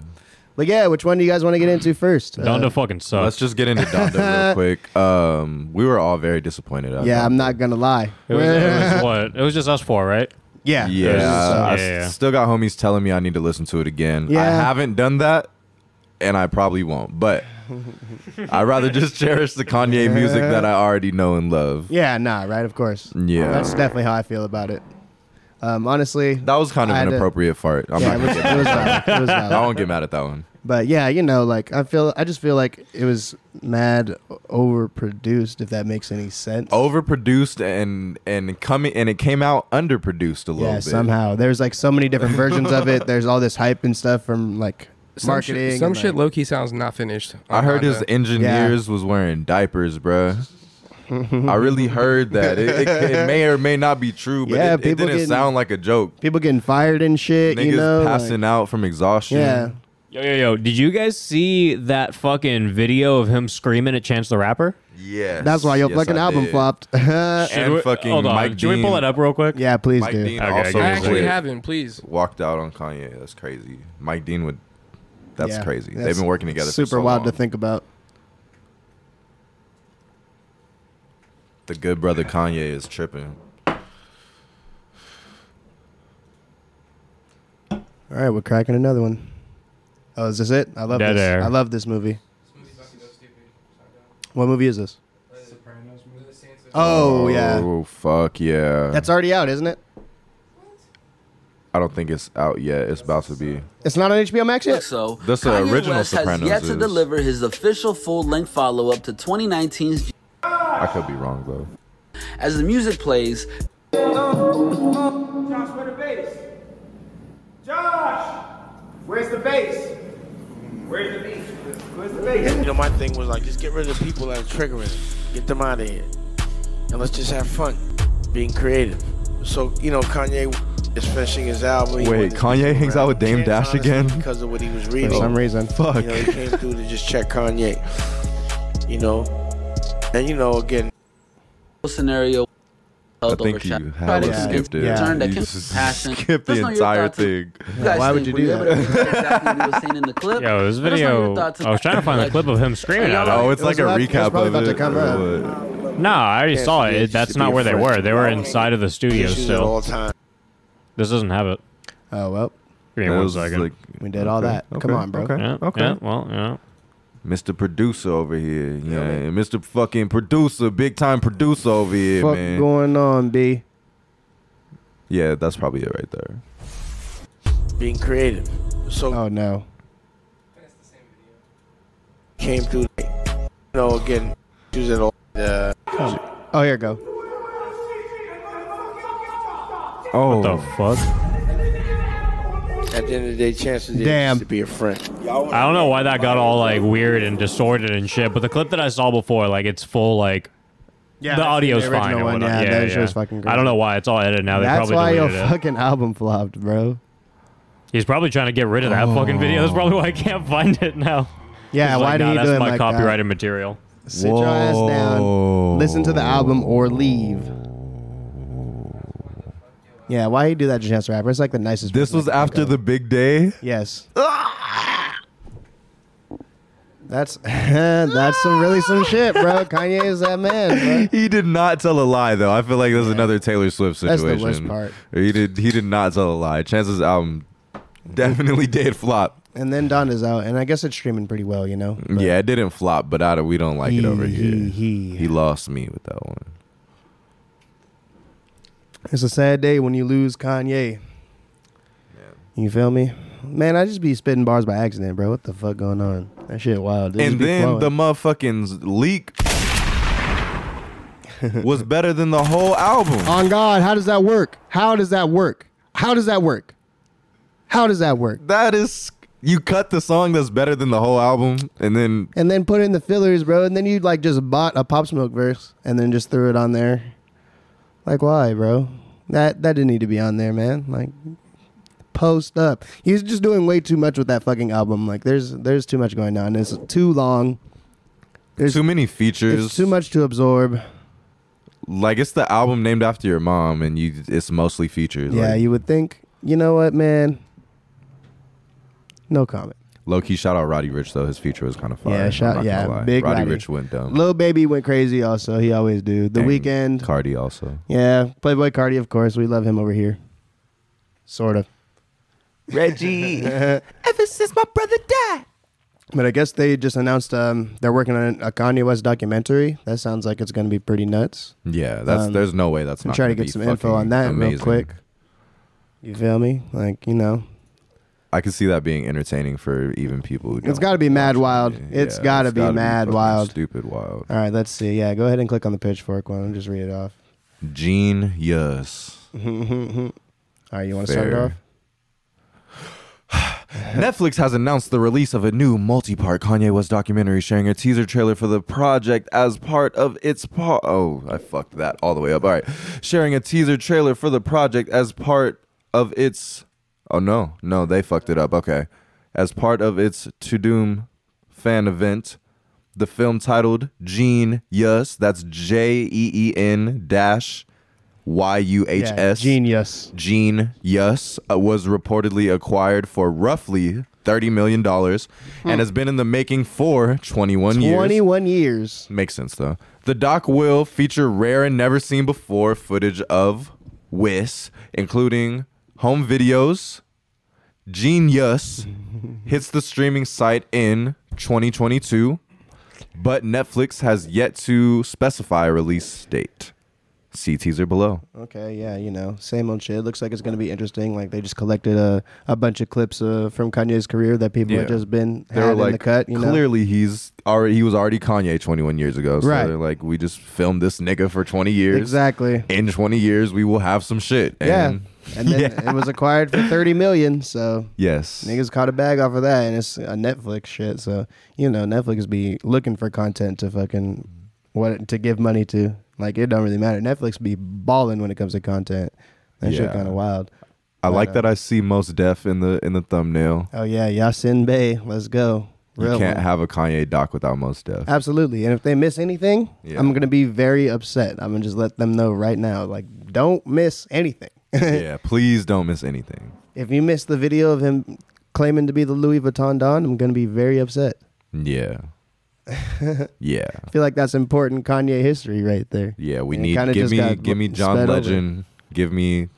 Speaker 2: But yeah, which one do you guys want to get into first? Uh,
Speaker 4: Donda fucking
Speaker 1: Let's
Speaker 4: sucks.
Speaker 1: just get into Donda real quick. Um, we were all very disappointed. At
Speaker 2: yeah,
Speaker 1: Donda.
Speaker 2: I'm not gonna lie.
Speaker 4: it, was, it was what? It was just us four, right?
Speaker 2: yeah,
Speaker 1: Yeah,
Speaker 4: Yeah.
Speaker 1: I s-
Speaker 4: Yeah.
Speaker 1: still got homies telling me I need to listen to it again. I
Speaker 2: Yeah.
Speaker 1: haven't done that, and I probably won't. But I'd rather just cherish the Kanye music that I already know and love.
Speaker 2: Yeah, nah, right, of course.
Speaker 1: Yeah.
Speaker 2: That's definitely how I feel about it. Um, honestly,
Speaker 1: That was kind of
Speaker 2: I had
Speaker 1: an
Speaker 2: to-
Speaker 1: appropriate fart. I'm not
Speaker 2: yeah, it
Speaker 1: gonna
Speaker 2: was,
Speaker 1: get
Speaker 2: it was valid. It was
Speaker 1: I
Speaker 2: valid.
Speaker 1: don't get mad at that one.
Speaker 2: But yeah, you know, like I feel, I just feel like it was mad overproduced. If that makes any sense.
Speaker 1: Overproduced and and coming and it came out underproduced a little
Speaker 2: yeah,
Speaker 1: bit.
Speaker 2: somehow there's like so many different versions of it. There's all this hype and stuff from like
Speaker 5: Some shit-
Speaker 2: marketing.
Speaker 5: some
Speaker 2: and,
Speaker 5: shit
Speaker 2: like-
Speaker 5: low key sounds not finished.
Speaker 1: I
Speaker 5: on
Speaker 1: heard his
Speaker 5: Honda.
Speaker 1: engineers was wearing diapers, bruh. I really heard that. It, it, it may or may not be true, but it,
Speaker 2: Yeah,
Speaker 1: it
Speaker 2: people
Speaker 1: didn't
Speaker 2: getting-
Speaker 1: sound like a joke.
Speaker 2: people getting fired and shit.
Speaker 1: Niggas
Speaker 2: you know, like-
Speaker 1: passing out from exhaustion.
Speaker 2: yeah.
Speaker 4: Yo, yo, yo! Did you guys see that fucking video of him screaming at Chance the Rapper?
Speaker 1: Yes.
Speaker 2: That's why your
Speaker 1: Yes,
Speaker 2: fucking
Speaker 1: I
Speaker 2: album
Speaker 1: did.
Speaker 2: flopped. yeah,
Speaker 1: And
Speaker 4: Should we-
Speaker 1: fucking
Speaker 4: hold on.
Speaker 1: Mike
Speaker 4: Should we pull
Speaker 1: Dean.
Speaker 4: it up real quick?
Speaker 2: please
Speaker 1: Mike
Speaker 2: do.
Speaker 1: Dean
Speaker 4: Okay,
Speaker 1: also
Speaker 4: I
Speaker 5: I
Speaker 4: Yeah,
Speaker 5: actually
Speaker 1: quit.
Speaker 5: haven't. Please.
Speaker 1: walked out on Kanye. That's crazy. Mike Dean would. That's
Speaker 2: Yeah,
Speaker 1: crazy.
Speaker 2: that's
Speaker 1: They've been working together.
Speaker 2: Super
Speaker 1: for so
Speaker 2: wild
Speaker 1: long.
Speaker 2: to think about.
Speaker 1: The good brother Kanye is tripping.
Speaker 2: All right, we're cracking another one. Oh, is this it? I love
Speaker 4: Dead
Speaker 2: this.
Speaker 4: air.
Speaker 2: I love this movie. What movie is this? Oh, yeah,
Speaker 1: Oh fuck yeah.
Speaker 2: that's already out, isn't it?
Speaker 1: I don't think it's out yet. It's about to be.
Speaker 2: It's not on HBO Max yet.
Speaker 10: So,
Speaker 1: That's the
Speaker 10: Kanye
Speaker 1: original
Speaker 10: West
Speaker 1: Sopranos
Speaker 10: has yet to
Speaker 1: is-
Speaker 10: deliver his official full-length follow-up to 2019's
Speaker 1: I could be wrong though.
Speaker 10: As the music plays,
Speaker 11: Josh, where the bass? Josh! Where's the bass? Where's the bass? Where's the bass? You know, my thing was like, just get rid of the people that are triggering. Get them out of here. And let's just have fun being creative. So, you know, Kanye is finishing his album. He
Speaker 1: Wait,
Speaker 11: wanted to do
Speaker 1: Kanye hangs
Speaker 11: rap.
Speaker 1: out with Dame
Speaker 11: Chance,
Speaker 1: Dash
Speaker 11: honestly,
Speaker 1: again?
Speaker 11: Because of what he was
Speaker 2: For
Speaker 11: reading.
Speaker 2: some reason,
Speaker 1: Oh. Fuck.
Speaker 11: You know, he came through to just check Kanye. You know? And, you know, again,
Speaker 10: scenario.
Speaker 1: I think you hella
Speaker 2: Yeah.
Speaker 1: skipped it.
Speaker 2: Yeah.
Speaker 10: Turn that
Speaker 1: You
Speaker 10: can-
Speaker 1: just
Speaker 10: passion.
Speaker 1: skipped
Speaker 10: Let's
Speaker 1: the
Speaker 10: know your
Speaker 1: entire
Speaker 10: thoughts.
Speaker 1: thing.
Speaker 10: You guys
Speaker 2: Why would
Speaker 10: think,
Speaker 2: you do
Speaker 10: were able
Speaker 2: that?
Speaker 10: to figure out exactly what he was saying in the clip?
Speaker 4: Yo, this
Speaker 10: Let us know your
Speaker 4: video.
Speaker 10: thoughts
Speaker 4: I was trying to find the clip of him screaming at
Speaker 1: Oh, it's
Speaker 2: It
Speaker 1: like
Speaker 2: was
Speaker 1: a
Speaker 2: about- it was
Speaker 1: recap
Speaker 2: probably
Speaker 1: of
Speaker 2: about to
Speaker 1: it.
Speaker 2: come
Speaker 1: or
Speaker 2: up.
Speaker 1: what?
Speaker 4: No, I already saw it. That's
Speaker 11: should
Speaker 4: not
Speaker 11: be
Speaker 4: where they
Speaker 11: afraid.
Speaker 4: were. They were
Speaker 11: Why would
Speaker 4: inside of the studio
Speaker 11: issues at all
Speaker 4: still.
Speaker 11: time.
Speaker 4: This doesn't have it.
Speaker 2: Oh well,
Speaker 4: Give me
Speaker 1: That
Speaker 4: one
Speaker 1: was
Speaker 4: second.
Speaker 1: like-
Speaker 2: we did all
Speaker 1: okay,
Speaker 2: that. Come
Speaker 1: okay,
Speaker 2: on, bro.
Speaker 1: Okay.
Speaker 4: yeah,
Speaker 1: Okay.
Speaker 4: yeah, well, yeah.
Speaker 1: Mr. Producer over here. Yeah, and Mr. fucking producer, big time producer over here,
Speaker 2: Fuck
Speaker 1: man.
Speaker 2: going on, B?
Speaker 1: Yeah, that's probably it right there.
Speaker 11: being creative. So
Speaker 2: Oh no,
Speaker 11: came through, you know, again, using all the
Speaker 2: oh here, go.
Speaker 1: Oh,
Speaker 4: The fuck?
Speaker 11: at the end of the day chances is
Speaker 2: Damn.
Speaker 11: to be a friend.
Speaker 4: I don't know why that got all like weird and disordered and shit. But the clip that I saw before, like, it's full like
Speaker 2: Yeah,
Speaker 4: the audio's
Speaker 2: original
Speaker 4: fine. and
Speaker 2: one,
Speaker 4: whatnot.
Speaker 2: yeah,
Speaker 4: yeah,
Speaker 2: that
Speaker 4: yeah.
Speaker 2: show's fucking
Speaker 4: I
Speaker 2: crazy.
Speaker 4: don't know why it's all edited now. They
Speaker 2: That's
Speaker 4: probably
Speaker 2: why oh, your
Speaker 4: deleted it.
Speaker 2: fucking album flopped, bro.
Speaker 4: He's probably trying to get rid of that fucking video. That's probably why I can't find it now.
Speaker 2: Yeah, why
Speaker 4: He's like,
Speaker 2: did
Speaker 4: nah,
Speaker 2: he
Speaker 4: that's
Speaker 2: do it
Speaker 4: my
Speaker 2: like
Speaker 4: copyrighted
Speaker 2: that?
Speaker 4: material.
Speaker 2: Sit your ass down, listen to the album, or leave. Yeah, why you do that, to Chance the Rapper? It's like the nicest.
Speaker 1: This
Speaker 2: person
Speaker 1: was
Speaker 2: I can
Speaker 1: after
Speaker 2: think
Speaker 1: the big day.
Speaker 2: of. Yes. That's that's some really some shit, bro. Kanye is that man. Bro.
Speaker 1: He did not tell a lie though. I feel like that's another Taylor Swift
Speaker 2: That's
Speaker 1: situation.
Speaker 2: the worst part.
Speaker 1: He did he did not tell a lie. Chance's album definitely did flop.
Speaker 2: And then Donda's out, and I guess it's streaming pretty well, you know. But
Speaker 1: yeah, it didn't flop, but I, don't- we don't like it over
Speaker 2: He-
Speaker 1: here.
Speaker 2: he-
Speaker 1: he lost me with that one.
Speaker 2: It's a sad day when you lose Kanye. You feel me? Man, I just be spitting bars by accident, bro. What the fuck going on? That shit wild. This
Speaker 1: and
Speaker 2: be
Speaker 1: then
Speaker 2: flowing.
Speaker 1: the motherfucking leak was better than the whole album.
Speaker 2: on God, how does that work? How does that work? How does that work? How does that work?
Speaker 1: That is you cut the song that's better than the whole album and then
Speaker 2: And then put in the fillers, bro. And then you like just bought a Pop Smoke verse and then just threw it on there. Like why, bro? That that didn't need to be on there, man. Like post up. He's just doing way too much with that fucking album. Like there's there's too much going on. It's too long. There's
Speaker 1: too many features.
Speaker 2: It's too much to absorb.
Speaker 1: Like it's the album named after your mom and you it's mostly features.
Speaker 2: Yeah,
Speaker 1: Like,
Speaker 2: you would think. You know what, man? No comment.
Speaker 1: Low key, shout out Roddy Rich though. His feature was kind of fire.
Speaker 2: Yeah,
Speaker 1: I'm
Speaker 2: shout-
Speaker 1: not gonna
Speaker 2: yeah,
Speaker 1: lie.
Speaker 2: big
Speaker 1: Roddy,
Speaker 2: Roddy.
Speaker 1: Rich went down.
Speaker 2: Lil Baby went crazy. Also, he always do. The
Speaker 1: And
Speaker 2: weekend.
Speaker 1: Cardi also.
Speaker 2: Yeah, Playboy Cardi, of course. We love him over here. Sort of.
Speaker 1: Reggie.
Speaker 2: Ever since my brother died. But I guess they just announced um, they're working on a Kanye West documentary. That sounds like it's going to be pretty nuts.
Speaker 1: yeah, that's.
Speaker 2: Um,
Speaker 1: there's no way that's
Speaker 2: I'm
Speaker 1: not.
Speaker 2: trying to
Speaker 1: gonna
Speaker 2: get
Speaker 1: be
Speaker 2: some info
Speaker 1: fucking
Speaker 2: on that real
Speaker 1: amazing.
Speaker 2: quick. You feel me? Like you know,
Speaker 1: I can see that being entertaining for even people. Who
Speaker 2: it's
Speaker 1: don't
Speaker 2: got to be mad wild.
Speaker 1: Yeah,
Speaker 2: it's got to
Speaker 1: it's
Speaker 2: be
Speaker 1: gotta be
Speaker 2: mad
Speaker 1: fucking
Speaker 2: wild.
Speaker 1: stupid wild.
Speaker 2: All right, let's see. Yeah, go ahead and click on the pitchfork one. and Just read it off.
Speaker 1: Gene, yes.
Speaker 2: All right, you want to start it
Speaker 1: Fair.
Speaker 2: off?
Speaker 1: Netflix has announced the release of a new multi-part Kanye West documentary, sharing a teaser trailer for the project as part of its part. Oh, I fucked that all the way up. All right, sharing a teaser trailer for the project as part of its. Oh no, no, they fucked it up. Okay, as part of its To Doom fan event, the film titled Gene Yes, that's J E E N dash Y U H
Speaker 2: Yeah,
Speaker 1: S.
Speaker 2: Genius.
Speaker 1: Gene Yes uh, was reportedly acquired for roughly $30 million and has been in the making for 21 years.
Speaker 2: 21 years.
Speaker 1: Makes sense though. The doc will feature rare and never seen before footage of Wiz, including home videos. Genius hits the streaming site in 2022, but Netflix has yet to specify a release date. See teaser below.
Speaker 2: Okay, yeah, you know, same old shit. Looks like it's gonna be interesting. Like they just collected a, a bunch of clips uh, from Kanye's career that people
Speaker 1: Yeah.
Speaker 2: had just been
Speaker 1: They
Speaker 2: had
Speaker 1: were
Speaker 2: in
Speaker 1: like,
Speaker 2: the cut. You know,
Speaker 1: clearly he's already he was already Kanye 21 years ago. So
Speaker 2: Right.
Speaker 1: they're like, we just filmed this nigga for 20 years.
Speaker 2: Exactly.
Speaker 1: In 20 years, we will have some shit.
Speaker 2: yeah.
Speaker 1: And
Speaker 2: And then it was acquired for 30 million. So
Speaker 1: Yes.
Speaker 2: niggas caught a bag off of that, and it's a Netflix shit. So you know, Netflix be looking for content to fucking
Speaker 1: Mm-hmm.
Speaker 2: what to give money to. Like it don't really matter. Netflix be balling when it comes to content. That shit
Speaker 1: Yeah.
Speaker 2: kind of wild.
Speaker 1: I
Speaker 2: But,
Speaker 1: like
Speaker 2: uh,
Speaker 1: that I see most deaf in the in the thumbnail.
Speaker 2: Oh yeah, Yasin Bey, let's go. Real
Speaker 1: you can't
Speaker 2: one.
Speaker 1: have a Kanye doc without most deaf.
Speaker 2: Absolutely. And if they miss anything,
Speaker 1: Yeah.
Speaker 2: I'm gonna be very upset. I'm gonna just let them know right now. Like, don't miss anything.
Speaker 1: yeah, please don't miss anything.
Speaker 2: If you miss the video of him claiming to be the Louis Vuitton Don, I'm gonna be very upset.
Speaker 1: Yeah. yeah.
Speaker 2: I feel like that's important Kanye history right there.
Speaker 1: Yeah, we
Speaker 2: And it
Speaker 1: need
Speaker 2: kinda
Speaker 1: give
Speaker 2: just
Speaker 1: me
Speaker 2: got
Speaker 1: give me
Speaker 2: bl-
Speaker 1: John
Speaker 2: sped over.
Speaker 1: Legend. Give me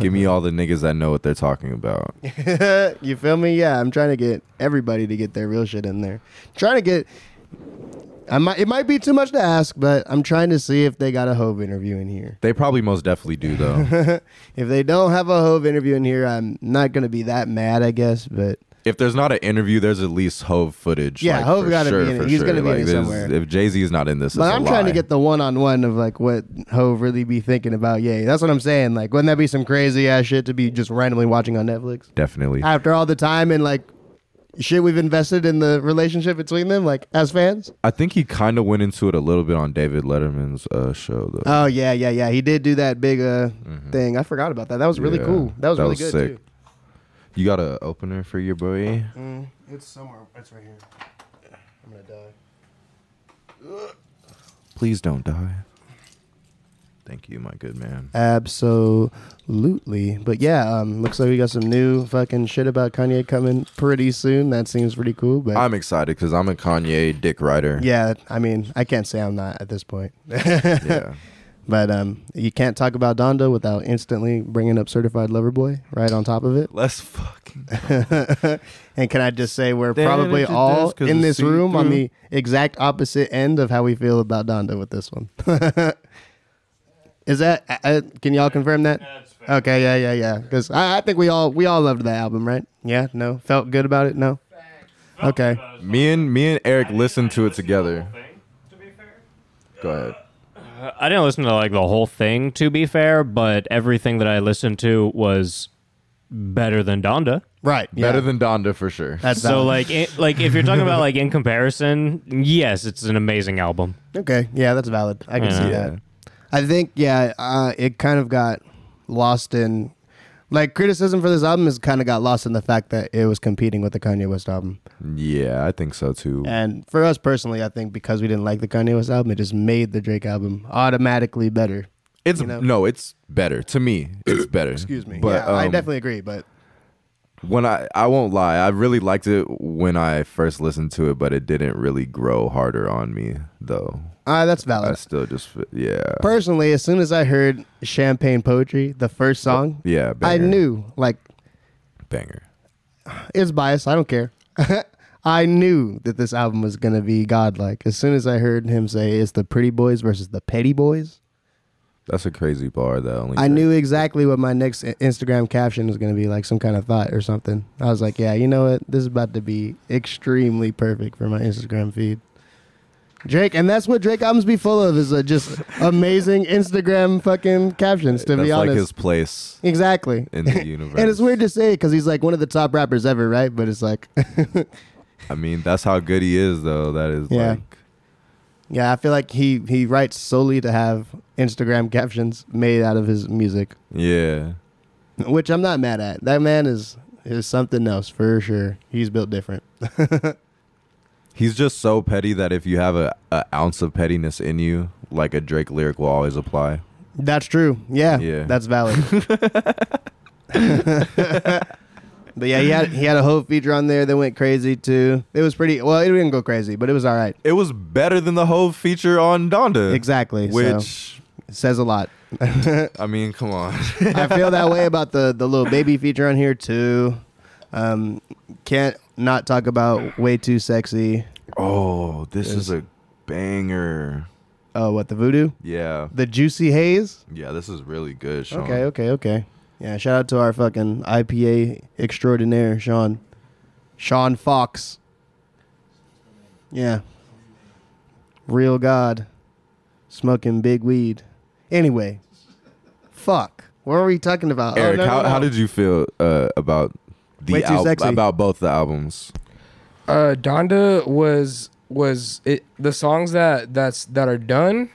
Speaker 1: give me all the niggas that know what they're talking about.
Speaker 2: you feel me? Yeah, I'm trying to get everybody to get their real shit in there. Trying to get. I might. It might be too much to ask, but I'm trying to see if they got a Hove interview in here.
Speaker 1: They probably most definitely do though.
Speaker 2: if they don't have a Hove interview in here, I'm not gonna be that mad, I guess. But
Speaker 1: if there's not an interview, there's at least Hove footage.
Speaker 2: Yeah,
Speaker 1: like,
Speaker 2: Hove
Speaker 1: for
Speaker 2: gotta be
Speaker 1: sure,
Speaker 2: in it.
Speaker 1: for
Speaker 2: He's
Speaker 1: sure.
Speaker 2: gonna be in
Speaker 1: Like,
Speaker 2: it
Speaker 1: this-
Speaker 2: somewhere.
Speaker 1: If Jay Z is not in this,
Speaker 2: but I'm trying to get the one on one of like what Hove really be thinking about. Yeah, that's what I'm saying. Like, wouldn't that be some crazy ass shit to be just randomly watching on Netflix
Speaker 1: definitely.
Speaker 2: after all the time and like shit we've invested in the relationship between them, like as fans?
Speaker 1: I think he kind of went into it a little bit on David Letterman's uh, show though.
Speaker 2: Oh yeah, yeah, yeah. He did do that big uh thing. I forgot about that. That was really
Speaker 1: Yeah,
Speaker 2: cool. That was really good too.
Speaker 1: You got an opener for your boy?
Speaker 2: Mm, it's somewhere. It's right here. I'm gonna die.
Speaker 1: Please don't die. Thank you, my good man.
Speaker 2: Absolutely. But yeah, um, looks like we got some new fucking shit about Kanye coming pretty soon. That seems pretty cool. But
Speaker 1: I'm excited because I'm a Kanye dick rider.
Speaker 2: yeah, I mean, I can't say I'm not at this point.
Speaker 1: Yeah.
Speaker 2: But um, you can't talk about Donda without instantly bringing up Certified Lover Boy right on top of it.
Speaker 1: Let's fucking.
Speaker 2: and can I just say we're probably all in this room on the exact opposite end of how we feel about Donda with this one. Is that? I- I- can y'all confirm that? Okay, yeah, yeah, yeah. Because I, I think we all we all loved that album, right? Yeah, no, felt good about it. No, okay.
Speaker 1: Me and me and Eric listened to it together. Go ahead.
Speaker 4: Uh, I didn't listen to like the whole thing to be fair, but everything that I listened to was better than Donda.
Speaker 2: Right.
Speaker 1: Better than Donda for sure.
Speaker 4: so like it, like if you're talking about like in comparison, yes, it's an amazing album.
Speaker 2: Okay, yeah, that's valid. I can see
Speaker 4: Yeah.
Speaker 2: that. I think yeah, uh, it kind of got lost in like criticism for this album has kind of got lost in the fact that it was competing with the Kanye West album.
Speaker 1: Yeah, I think so too.
Speaker 2: And for us personally, I think because we didn't like the Kanye West album, it just made the Drake album automatically better.
Speaker 1: It's
Speaker 2: know?
Speaker 1: no, it's better to me. It's better. Excuse me. But
Speaker 2: yeah, I
Speaker 1: um,
Speaker 2: definitely agree, but
Speaker 1: when I I won't lie, I really liked it when I first listened to it, but it didn't really grow harder on me though.
Speaker 2: uh, that's valid.
Speaker 1: I still just f- yeah.
Speaker 2: personally, as soon as I heard Champagne Poetry, the first song,
Speaker 1: Yeah,
Speaker 2: I
Speaker 1: banger.
Speaker 2: knew like
Speaker 1: banger.
Speaker 2: it's biased. I don't care. I knew that this album was gonna be godlike. As soon as I heard him say it's the pretty boys versus the petty boys,
Speaker 1: That's a crazy bar though. Only
Speaker 2: I knew exactly what my next I- Instagram caption was going to be like some kind of thought or something. I was like, yeah, you know what? This is about to be extremely perfect for my Instagram feed. Drake, and that's what Drake albums be full of is uh, just amazing Instagram fucking captions, to
Speaker 1: that's
Speaker 2: be honest.
Speaker 1: like his place
Speaker 2: exactly.
Speaker 1: in the universe.
Speaker 2: And it's weird to say because he's like one of the top rappers ever, right? But it's like,
Speaker 1: I mean, that's how good he is though. That is
Speaker 2: Yeah.
Speaker 1: like
Speaker 2: yeah, I feel like he, he writes solely to have Instagram captions made out of his music.
Speaker 1: yeah.
Speaker 2: which I'm not mad at. That man is is something else for sure. He's built different.
Speaker 1: He's just so petty that if you have a, a ounce of pettiness in you, like a Drake lyric will always apply.
Speaker 2: That's true. Yeah,
Speaker 1: Yeah.
Speaker 2: that's valid. but yeah, he had he had a whole feature on there that went crazy too. It was pretty well. It didn't go crazy, but it was all right.
Speaker 1: It was better than the whole feature on Donda.
Speaker 2: Exactly. so
Speaker 1: Which
Speaker 2: it says a lot.
Speaker 1: I mean, come on.
Speaker 2: I feel that way about the the little baby feature on here too. Um, can't not talk about way too sexy.
Speaker 1: Oh, this is a banger.
Speaker 2: Oh, what the voodoo?
Speaker 1: Yeah.
Speaker 2: The juicy haze.
Speaker 1: Yeah, this is really good,
Speaker 5: Oh.
Speaker 1: Sean.
Speaker 2: Okay, Oh, okay, okay. Yeah, shout out to our fucking IPA extraordinaire, Sean. Sean Fox. Yeah. Real God. Smoking big weed. Anyway. Fuck. What are we talking about? Oh,
Speaker 1: Eric,
Speaker 2: no, no,
Speaker 1: how,
Speaker 2: no.
Speaker 1: how did you feel uh, about the
Speaker 2: Way Too
Speaker 1: al-
Speaker 2: Sexy.
Speaker 1: about both the albums?
Speaker 5: Uh, Donda was was it the songs that that's that are done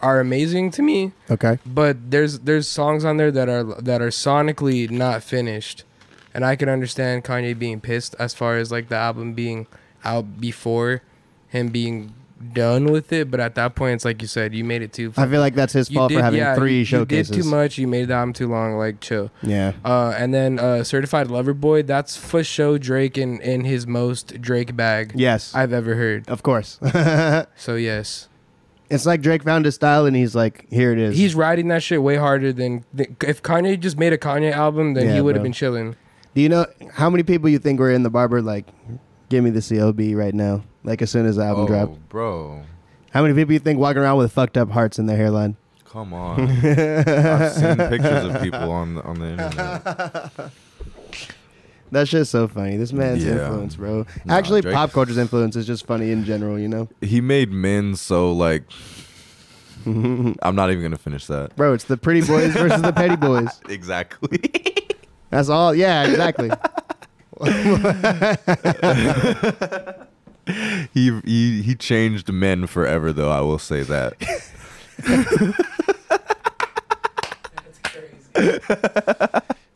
Speaker 5: are amazing to me,
Speaker 2: Okay.
Speaker 5: but there's there's songs on there that are that are sonically not finished, and I can understand Kanye being pissed as far as like the album being out before him being done with it. But at that point, it's like you said, you made it too.
Speaker 2: I feel like that's his
Speaker 5: You
Speaker 2: fault
Speaker 5: did-
Speaker 2: for having
Speaker 5: yeah,
Speaker 2: three
Speaker 5: you,
Speaker 2: showcases.
Speaker 5: You did too much. You made the album too long. Like chill.
Speaker 2: Yeah.
Speaker 5: Uh, and then uh, Certified Lover Boy. That's for show Drake in in his most Drake bag.
Speaker 2: Yes.
Speaker 5: I've ever heard.
Speaker 2: Of course.
Speaker 5: So yes,
Speaker 2: it's like Drake found his style and he's like, here it is.
Speaker 5: he's riding that shit way harder than th- if Kanye just made a Kanye album, then
Speaker 2: Yeah,
Speaker 5: he would have
Speaker 2: bro.
Speaker 5: been chilling.
Speaker 2: Do you know how many people you think were in the barber like, give me the COB right now? Like as soon as the
Speaker 1: Oh.
Speaker 2: album dropped.
Speaker 1: bro.
Speaker 2: How many people you think walking around with fucked up hearts in their hairline?
Speaker 1: Come on. I've seen pictures of people on the, on the internet.
Speaker 2: That shit's so funny. This man's
Speaker 1: Yeah.
Speaker 2: influence, bro.
Speaker 1: Nah,
Speaker 2: Actually,
Speaker 1: Drake-
Speaker 2: pop culture's influence is just funny in general, you know?
Speaker 1: He made men so like I'm not even going to finish that.
Speaker 2: Bro, it's the pretty boys versus the petty boys.
Speaker 1: Exactly.
Speaker 2: That's all. Yeah, exactly.
Speaker 1: He he he changed men forever though, I will say that.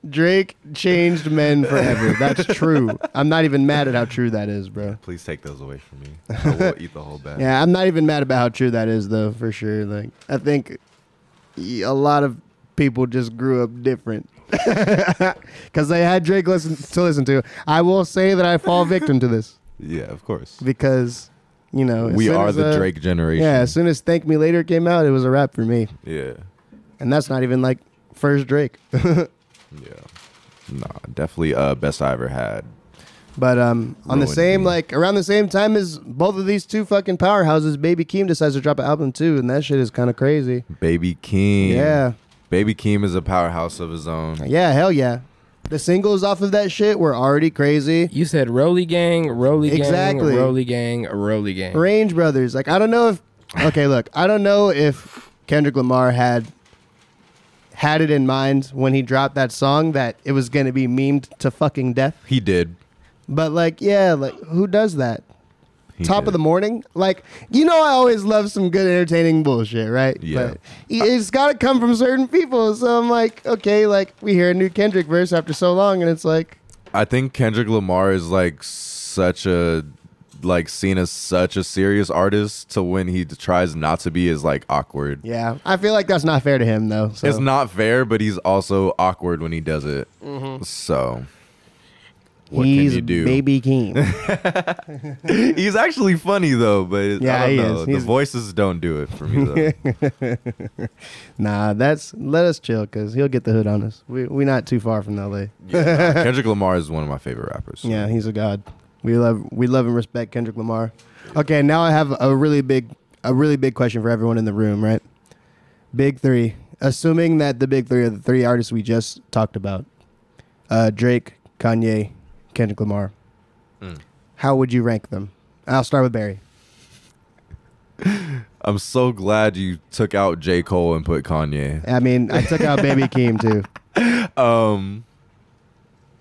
Speaker 2: Drake changed men forever. That's true. I'm not even mad at how true that is, bro.
Speaker 1: Please take those away from me. I will eat the whole bag.
Speaker 2: Yeah, I'm not even mad about how true that is, though, for sure. Like, I think y- a lot of people just grew up different because they had Drake listen to listen to. I will say that I fall victim to this
Speaker 1: Yeah, of course.
Speaker 2: because you know as
Speaker 1: We
Speaker 2: soon
Speaker 1: are
Speaker 2: as,
Speaker 1: the
Speaker 2: uh,
Speaker 1: Drake generation.
Speaker 2: Yeah, as soon as "Thank Me Later" came out, it was a wrap for me,
Speaker 1: Yeah.
Speaker 2: and that's not even like first Drake.
Speaker 1: Yeah. Nah, definitely uh best I ever had.
Speaker 2: But um, on the
Speaker 1: Ruined
Speaker 2: same
Speaker 1: me.
Speaker 2: like around the same time as both of these two fucking powerhouses, Baby Keem decides to drop an album too, and that shit is kind of crazy.
Speaker 1: Baby Keem.
Speaker 2: Yeah.
Speaker 1: Baby Keem is a powerhouse of his own.
Speaker 2: Yeah, hell yeah. The singles off of that shit were already crazy.
Speaker 5: You said Roly Gang, Roly
Speaker 2: Exactly.
Speaker 5: Gang, Roly Gang, Roly Gang.
Speaker 2: Range Brothers. Like I don't know if Okay, look. I don't know if Kendrick Lamar had had it in mind when he dropped that song that it was going to be memed to fucking death.
Speaker 1: He did.
Speaker 2: But like, yeah, like who does that?
Speaker 1: He
Speaker 2: Top
Speaker 1: did.
Speaker 2: of the morning, like you know, I always love some good entertaining bullshit, right?
Speaker 1: Yeah.
Speaker 2: But it- it's got to come from certain people, so I'm like, okay, like we hear a new Kendrick verse after so long, and it's like,
Speaker 1: I think Kendrick Lamar is like such a like seen as such a serious artist to when he tries not to be is like awkward.
Speaker 2: yeah, I feel like that's not fair to him though. So.
Speaker 1: It's not fair, but he's also awkward when he does it. So what
Speaker 2: He's
Speaker 1: can you do?
Speaker 2: Baby Keem.
Speaker 1: he's actually funny though, but it-
Speaker 2: Yeah,
Speaker 1: I don't
Speaker 2: he
Speaker 1: know.
Speaker 2: is.
Speaker 1: The
Speaker 2: He's-
Speaker 1: voices don't do it for me though.
Speaker 2: nah, that's let us chill because he'll get the hood on us. We we not too far from LA.
Speaker 1: Yeah, nah, Kendrick Lamar is one of my favorite rappers.
Speaker 2: Yeah, he's a god. We love we love and respect Kendrick Lamar. Okay, now I have a really big a really big question for everyone in the room, right? Big three. assuming that the big three are the three artists we just talked about uh, Drake, Kanye, Kendrick Lamar,
Speaker 1: Mm.
Speaker 2: how would you rank them? I'll start with Barry.
Speaker 1: I'm so glad you took out J. Cole and put Kanye.
Speaker 2: I mean, I took out Baby Keem too.
Speaker 1: Um,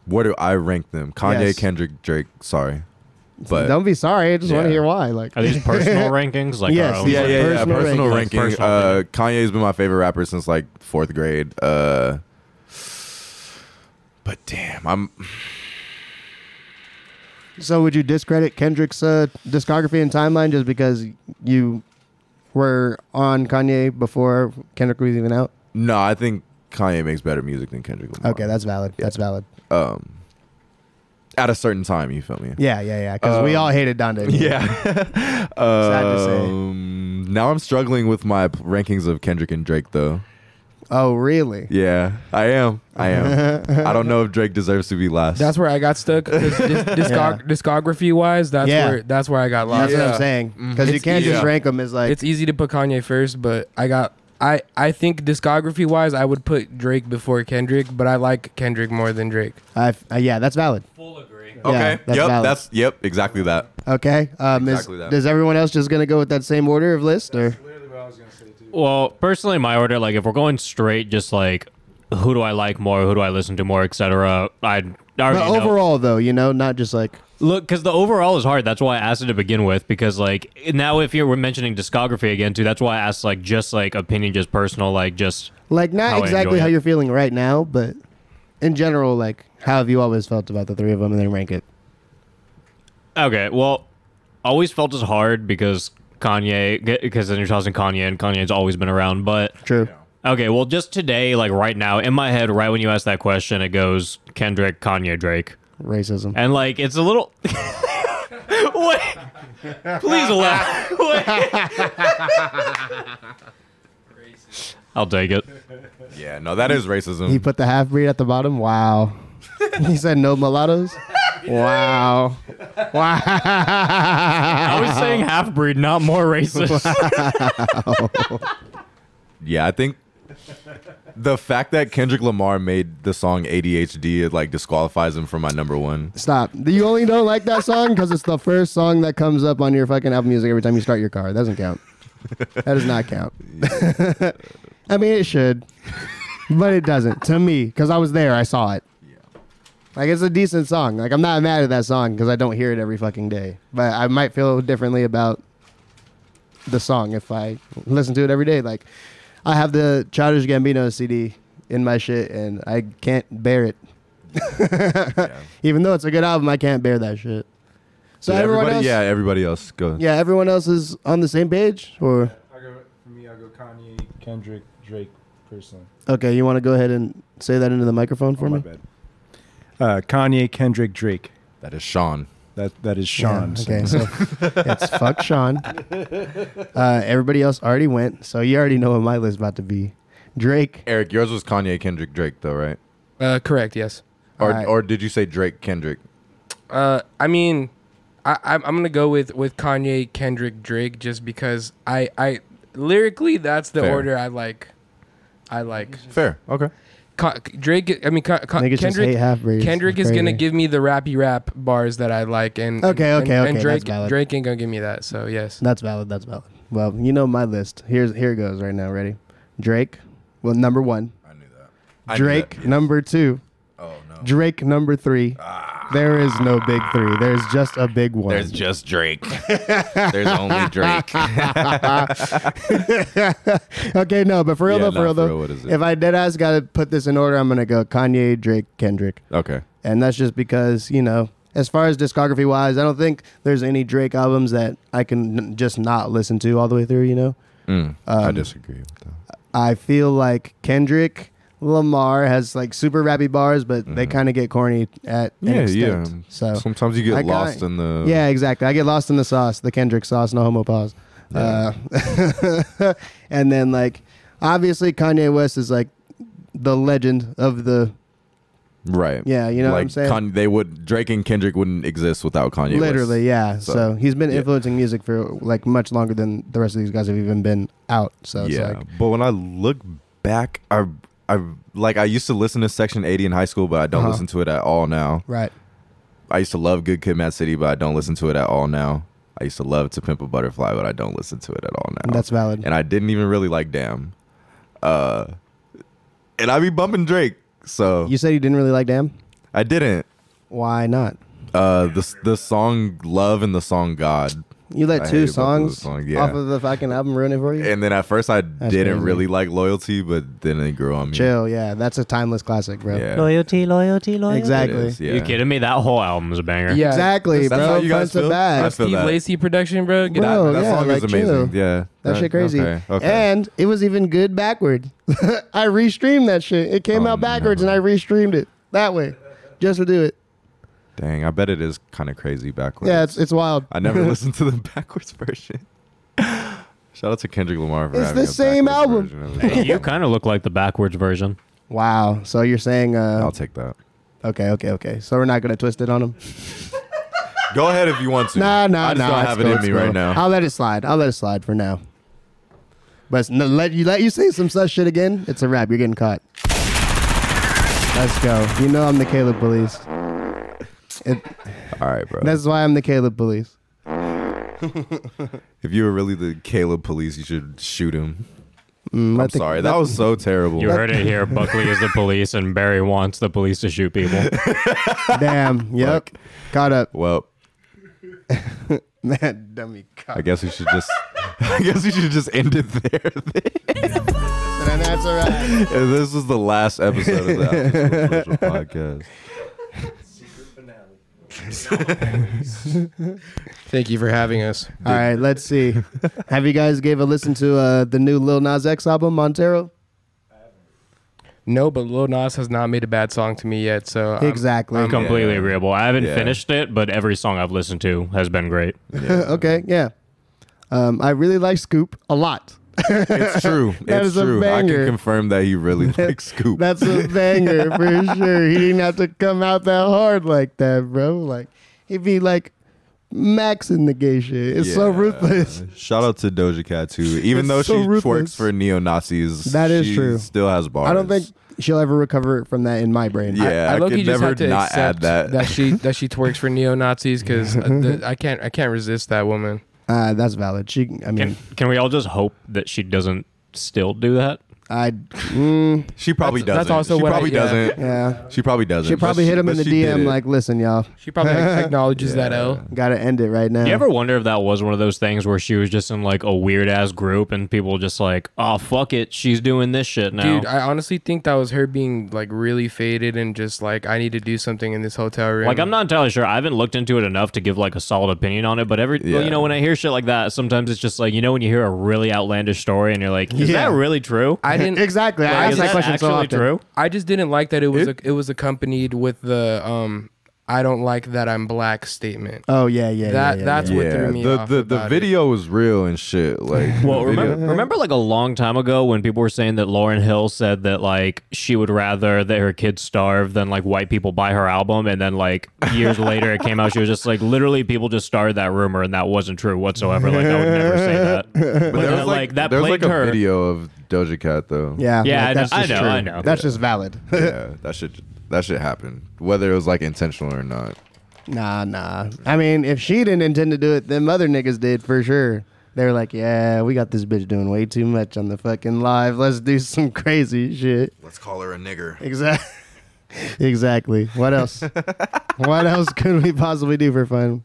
Speaker 1: where do I rank them? Kanye,
Speaker 2: Yes.
Speaker 1: Kendrick, Drake. Sorry, but
Speaker 2: Don't be sorry. I just want to
Speaker 1: Yeah.
Speaker 2: hear why. Like,
Speaker 4: Are these personal rankings? Like
Speaker 2: Yes,
Speaker 4: our own
Speaker 1: yeah, yeah, yeah. Personal,
Speaker 4: Like
Speaker 1: ranking.
Speaker 4: personal
Speaker 1: uh, Kanye's been my favorite rapper since like fourth grade. Uh, but damn, I'm
Speaker 2: So would you discredit Kendrick's uh, discography and timeline just because you were on Kanye before Kendrick was even out?
Speaker 1: no. I think Kanye makes better music than Kendrick Lamar.
Speaker 2: Okay, that's valid. That's valid.
Speaker 1: Um, at a certain time, you feel me?
Speaker 2: Yeah, yeah, yeah. Because we
Speaker 1: Um,
Speaker 2: all hated Don Davis.
Speaker 1: Yeah.
Speaker 2: to say.
Speaker 1: Um, Now I'm struggling with my p- rankings of Kendrick and Drake, though.
Speaker 2: Oh, really?
Speaker 1: Yeah, I am. I am. I don't know if Drake deserves to be last.
Speaker 5: That's where I got stuck. 'cause dis- discog- Discography wise, that's
Speaker 1: Yeah.
Speaker 5: where that's where I got lost.
Speaker 2: That's what I'm saying.
Speaker 1: Mm-hmm.
Speaker 2: Because you
Speaker 5: It's
Speaker 2: can't just
Speaker 5: easy-
Speaker 2: rank them as like.
Speaker 5: it's easy to put Kanye first, but I got I I think discography wise, I would put Drake before Kendrick, but I like Kendrick more than Drake.
Speaker 2: I uh, yeah, that's valid. Full agree.
Speaker 1: okay. yep. That's yep. Exactly that.
Speaker 2: okay. Um, is,
Speaker 1: Exactly that.
Speaker 2: is everyone else just gonna go with that same order of list or?
Speaker 4: Well, personally, my order, like if we're going straight, just like who do I like more, who do I listen to more, etc. I already
Speaker 2: But
Speaker 4: know.
Speaker 2: overall, though, you know, not just like
Speaker 4: Look, because the overall is hard. That's why I asked it to begin with. Because like now, if you were mentioning discography again too, that's why I asked like just like opinion, just personal, like just
Speaker 2: like not
Speaker 4: how I
Speaker 2: exactly
Speaker 4: enjoy
Speaker 2: how
Speaker 4: it.
Speaker 2: you're feeling right now, but in general, like how have you always felt about the three of them, and then rank it.
Speaker 4: Okay, well, always felt as hard because Kanye, because then you're tossing Kanye, and Kanye's always been around. But
Speaker 2: true.
Speaker 4: Okay, well, just today, like right now, in my head, right when you ask that question, it goes Kendrick, Kanye, Drake,
Speaker 2: racism,
Speaker 4: and like it's a little. Wait, please allow. I'll take it.
Speaker 1: Yeah. No, that is racism.
Speaker 2: He put the half breed at the bottom. Wow. he said no mulattoes. Wow. Wow. I
Speaker 4: I was saying half breed, not more racist.
Speaker 1: yeah, I think the fact that Kendrick Lamar made the song ADHD it like disqualifies him from my number one.
Speaker 2: Stop. You only don't like that song because it's the first song that comes up on your fucking Apple Music every time you start your car. It doesn't count. That does not count. I mean, it should, but it doesn't to me because I was there. I saw it. Like it's a decent song. Like I'm not mad at that song because I don't hear it every fucking day. But I might feel differently about the song if I listen to it every day. Like I have the Childish Gambino CD in my shit and I can't bear it. Even though it's a good album, I can't bear that shit. So
Speaker 1: Did
Speaker 2: everyone
Speaker 1: everybody,
Speaker 2: else,
Speaker 1: yeah, everybody else. Go.
Speaker 2: yeah, everyone else is on the same page. Or
Speaker 12: I go, for me, I go Kanye, Kendrick, Drake, personally.
Speaker 2: okay, you want to go ahead and say that into the
Speaker 1: Oh,
Speaker 2: microphone for
Speaker 12: my
Speaker 2: me?
Speaker 12: bad. Uh, Kanye, Kendrick, Drake.
Speaker 1: That is Sean.
Speaker 12: That that is
Speaker 2: Yeah,
Speaker 12: Sean.
Speaker 2: okay, so it's fuck Sean. Uh, everybody else already went, so you already know what my list about to be. Drake.
Speaker 1: Eric, yours was Kanye, Kendrick, Drake, though, right?
Speaker 5: Uh, correct. Yes.
Speaker 1: Or
Speaker 5: Alright.
Speaker 1: or did you say Drake, Kendrick?
Speaker 5: Uh, I mean, I I'm, I'm gonna go with with Kanye, Kendrick, Drake, just because I I lyrically that's the
Speaker 1: Fair.
Speaker 5: order I like. I like
Speaker 1: fair. Okay.
Speaker 5: Drake, I mean Ka- Ka-
Speaker 2: Niggas just
Speaker 5: Kendrick.
Speaker 2: hate half-breeds.
Speaker 5: Kendrick
Speaker 2: It's
Speaker 5: is gonna
Speaker 2: crazy.
Speaker 5: give me the rappy rap bars that I like, and
Speaker 2: Okay,
Speaker 5: and-
Speaker 2: okay,
Speaker 5: and,
Speaker 2: okay, that's
Speaker 5: Drake,
Speaker 2: valid.
Speaker 5: Drake ain't gonna give me that. So yes,
Speaker 2: That's valid. That's valid. Well, you know my list. Here's here it goes right now. Ready? Drake. Well, number one. I knew
Speaker 1: that. I knew
Speaker 2: Drake
Speaker 1: that,
Speaker 2: number two. Oh no. Drake number three. There is no big three. There's just a big one.
Speaker 1: Ah. There's just Drake. There's only Drake.
Speaker 2: okay, no, but for real
Speaker 1: Yeah,
Speaker 2: though, for
Speaker 1: nah,
Speaker 2: real
Speaker 1: for
Speaker 2: though,
Speaker 1: real, what is it?
Speaker 2: if I dead ass gotta put this in order, I'm gonna go Kanye, Drake, Kendrick.
Speaker 1: Okay.
Speaker 2: And that's just because, you know, as far as discography wise, I don't think there's any Drake albums that I can n- just not listen to all the way through, you know?
Speaker 1: Mm, I
Speaker 2: Um,
Speaker 1: disagree. with that.
Speaker 2: I feel like Kendrick Lamar has like super rappy bars, but they kind of get corny at
Speaker 1: Mm-hmm.
Speaker 2: an
Speaker 1: Yeah, uh,
Speaker 2: extent.
Speaker 1: yeah.
Speaker 2: So
Speaker 1: Sometimes you get
Speaker 2: I kinda-
Speaker 1: lost in the-
Speaker 2: yeah, exactly. I get lost in the sauce, the Kendrick sauce, no homo pause. Uh, and then like obviously Kanye West is like the legend of the
Speaker 1: Right.
Speaker 2: Yeah, you know what I'm saying?
Speaker 1: Kan- they would Drake and Kendrick wouldn't exist without Kanye. West.
Speaker 2: literally yeah. So, he's been
Speaker 1: yeah.
Speaker 2: influencing music for like much longer than the rest of these guys have even been out. So it's
Speaker 1: yeah,
Speaker 2: like
Speaker 1: but when I look back. I I like I used to listen to Section 80 in high school, but I don't
Speaker 2: Uh-huh.
Speaker 1: listen to it at all now.
Speaker 2: Right.
Speaker 1: I used to love Good Kid, Mad City, but I don't listen to it at all now. I used to love To Pimp a Butterfly, but I don't listen to it at all now.
Speaker 2: That's valid.
Speaker 1: And I didn't even really like Damn. Uh, and I be bumping Drake, so
Speaker 2: You said you didn't really like Damn.
Speaker 1: I didn't.
Speaker 2: Why not?
Speaker 1: Uh, the the song Love and the song God.
Speaker 2: You let
Speaker 1: I
Speaker 2: two
Speaker 1: hated both of
Speaker 2: songs
Speaker 1: those songs, yeah.
Speaker 2: off of the fucking album ruin it for you.
Speaker 1: and then at first I didn't
Speaker 2: crazy.
Speaker 1: really like Loyalty, but then it grew on me.
Speaker 2: Chill, yeah, that's a timeless classic, bro.
Speaker 1: Yeah.
Speaker 4: Loyalty, loyalty,
Speaker 8: Oh,
Speaker 2: loyalty. Exactly.
Speaker 4: You kidding me? That whole album is a banger.
Speaker 2: Yeah. Exactly, That's bro, how you guys front to feel? back. I feel
Speaker 5: Steve
Speaker 2: that.
Speaker 5: Lacy production, bro. Get
Speaker 2: Bro,
Speaker 5: out.
Speaker 2: yeah, like, chill. that, shit crazy. And it was even good backward. I restreamed that shit. It
Speaker 1: Oh,
Speaker 2: came out backwards, and I restreamed it that way, just to do it.
Speaker 1: Dang, I bet it is kind of crazy backwards.
Speaker 2: Yeah, it's it's wild.
Speaker 1: I never listened to the backwards version. Shout out to Kendrick Lamar for
Speaker 2: It's
Speaker 1: having
Speaker 2: the
Speaker 1: a
Speaker 2: same
Speaker 1: backwards
Speaker 2: album.
Speaker 1: version of his
Speaker 4: Hey, you kind of look like the backwards version.
Speaker 2: Wow. So you're saying? Uh, I'll
Speaker 1: take that.
Speaker 2: Okay, okay, okay. So we're not gonna twist it on him.
Speaker 1: Go ahead if you want to.
Speaker 2: Nah, nah,
Speaker 1: I just
Speaker 2: nah.
Speaker 1: don't
Speaker 2: it's
Speaker 1: have it
Speaker 2: cool,
Speaker 1: in
Speaker 2: it's
Speaker 1: me right
Speaker 2: cool.
Speaker 1: now.
Speaker 2: I'll let it slide. I'll let it slide for now. But it's- no, let you let you say some such shit again. It's a wrap. You're getting caught. Let's go. You know I'm the Caleb police.
Speaker 1: All right, bro.
Speaker 2: That's why I'm the Caleb police.
Speaker 1: if you were really the Caleb police, you should shoot him.
Speaker 2: Mm,
Speaker 1: I'm sorry. That was so terrible.
Speaker 4: You heard it here. Buckley is the police, and Barry wants the police to shoot people.
Speaker 2: Damn. Yep. Caught up.
Speaker 1: Well,
Speaker 2: man, dummy.
Speaker 1: I guess we should just. I guess we should just end it there.
Speaker 2: And that's a wrap.
Speaker 1: this is the last episode of the After School Social podcast.
Speaker 5: Thank you for having us.
Speaker 2: All right, let's see. Have you guys gave a listen to uh, the new Lil Nas X album, Montero?
Speaker 5: No, but Lil Nas has not made a bad song to me yet. So I'm-
Speaker 2: Exactly.
Speaker 5: I'm-
Speaker 4: Completely
Speaker 5: Yeah.
Speaker 4: agreeable. I haven't
Speaker 5: Yeah.
Speaker 4: finished it, but every song I've listened to has been great.
Speaker 2: okay, yeah. Um, I really like Scoop a lot.
Speaker 1: It's true.
Speaker 2: That
Speaker 1: it's
Speaker 2: is a
Speaker 1: true. I
Speaker 2: banger.
Speaker 1: can confirm that he really likes Scoop.
Speaker 2: That's a banger for sure. He didn't have to come out that hard like that, bro. Like he'd be like maxing the gay shit. It's so
Speaker 1: Yeah.
Speaker 2: ruthless.
Speaker 1: Shout out to Doja Cat too. Even
Speaker 2: It's
Speaker 1: though
Speaker 2: so
Speaker 1: she
Speaker 2: ruthless.
Speaker 1: twerks for neo Nazis,
Speaker 2: That is true.
Speaker 1: Still has bars.
Speaker 2: I don't think she'll ever recover from that in my brain.
Speaker 1: Yeah, I,
Speaker 5: low-key
Speaker 1: could never
Speaker 5: have to
Speaker 1: not add
Speaker 5: accept
Speaker 1: that.
Speaker 5: she that she twerks for neo Nazis because I can't I can't resist that woman.
Speaker 2: Uh, that's valid. She, I mean,
Speaker 4: Can, can we all just hope that she doesn't still do that?
Speaker 2: I. Mm,
Speaker 1: she probably
Speaker 4: That's- that's
Speaker 1: doesn't.
Speaker 4: also
Speaker 1: she
Speaker 4: what I-
Speaker 1: probably
Speaker 4: yeah.
Speaker 1: doesn't.
Speaker 2: Yeah.
Speaker 1: She probably doesn't.
Speaker 2: she
Speaker 1: But
Speaker 2: probably hit him
Speaker 1: but
Speaker 2: in the
Speaker 1: she did
Speaker 2: DM
Speaker 1: it.
Speaker 2: like, "Listen, y'all."
Speaker 5: She probably acknowledges that L.
Speaker 2: Got to end it right now.
Speaker 4: Do you ever wonder if that was one of those things where she was just in like a weird ass group and people were just like, oh, fuck it, she's doing this shit now.
Speaker 5: Dude, I honestly think that was her being like really faded and just like I need to do something in this hotel room.
Speaker 4: like I'm not entirely sure. I haven't looked into it enough to give like a solid opinion on it, but every
Speaker 5: Yeah.
Speaker 4: you know when I hear shit like that, sometimes it's just like you know when you hear a really outlandish story and you're like, is
Speaker 5: Yeah.
Speaker 4: that really true?
Speaker 5: I didn't
Speaker 2: exactly.
Speaker 4: Like, is actually true.
Speaker 5: I just didn't like that it was it, it was accompanied with the um I don't like that I'm black statement.
Speaker 2: Oh yeah, yeah.
Speaker 5: That that's what
Speaker 1: Yeah,
Speaker 5: threw me
Speaker 1: the
Speaker 5: off.
Speaker 1: the, the
Speaker 5: about it.
Speaker 1: video was real and shit. Like,
Speaker 4: Well,
Speaker 1: the video-
Speaker 4: remember, remember like a long time ago when people were saying that Lauren Hill said that like she would rather that her kids starve than like white people buy her album, and then like years later it came out she was just like literally people just started that rumor and that wasn't true whatsoever. Like I would never say that. But,
Speaker 1: there
Speaker 4: that,
Speaker 1: was,
Speaker 4: like, that
Speaker 1: there was
Speaker 4: plagued
Speaker 1: like a
Speaker 4: her.
Speaker 1: video of Doja Cat though.
Speaker 2: Yeah,
Speaker 4: Yeah,
Speaker 2: like,
Speaker 4: I
Speaker 2: that's
Speaker 4: know- I
Speaker 2: just
Speaker 4: know,
Speaker 2: true.
Speaker 4: I know.
Speaker 2: That's just valid.
Speaker 1: yeah, that should that should happen, whether it was like intentional or not.
Speaker 2: Nah, nah. I mean, if she didn't intend to do it, then other niggas did for sure. They were like, yeah, we got this bitch doing way too much on the fucking live. Let's do some crazy shit.
Speaker 1: Let's call her a nigger.
Speaker 2: Exactly. exactly. What else? what else could we possibly do for fun?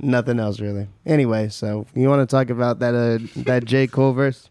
Speaker 2: Nothing else really. Anyway, so you want to talk about that uh, that J Cole verse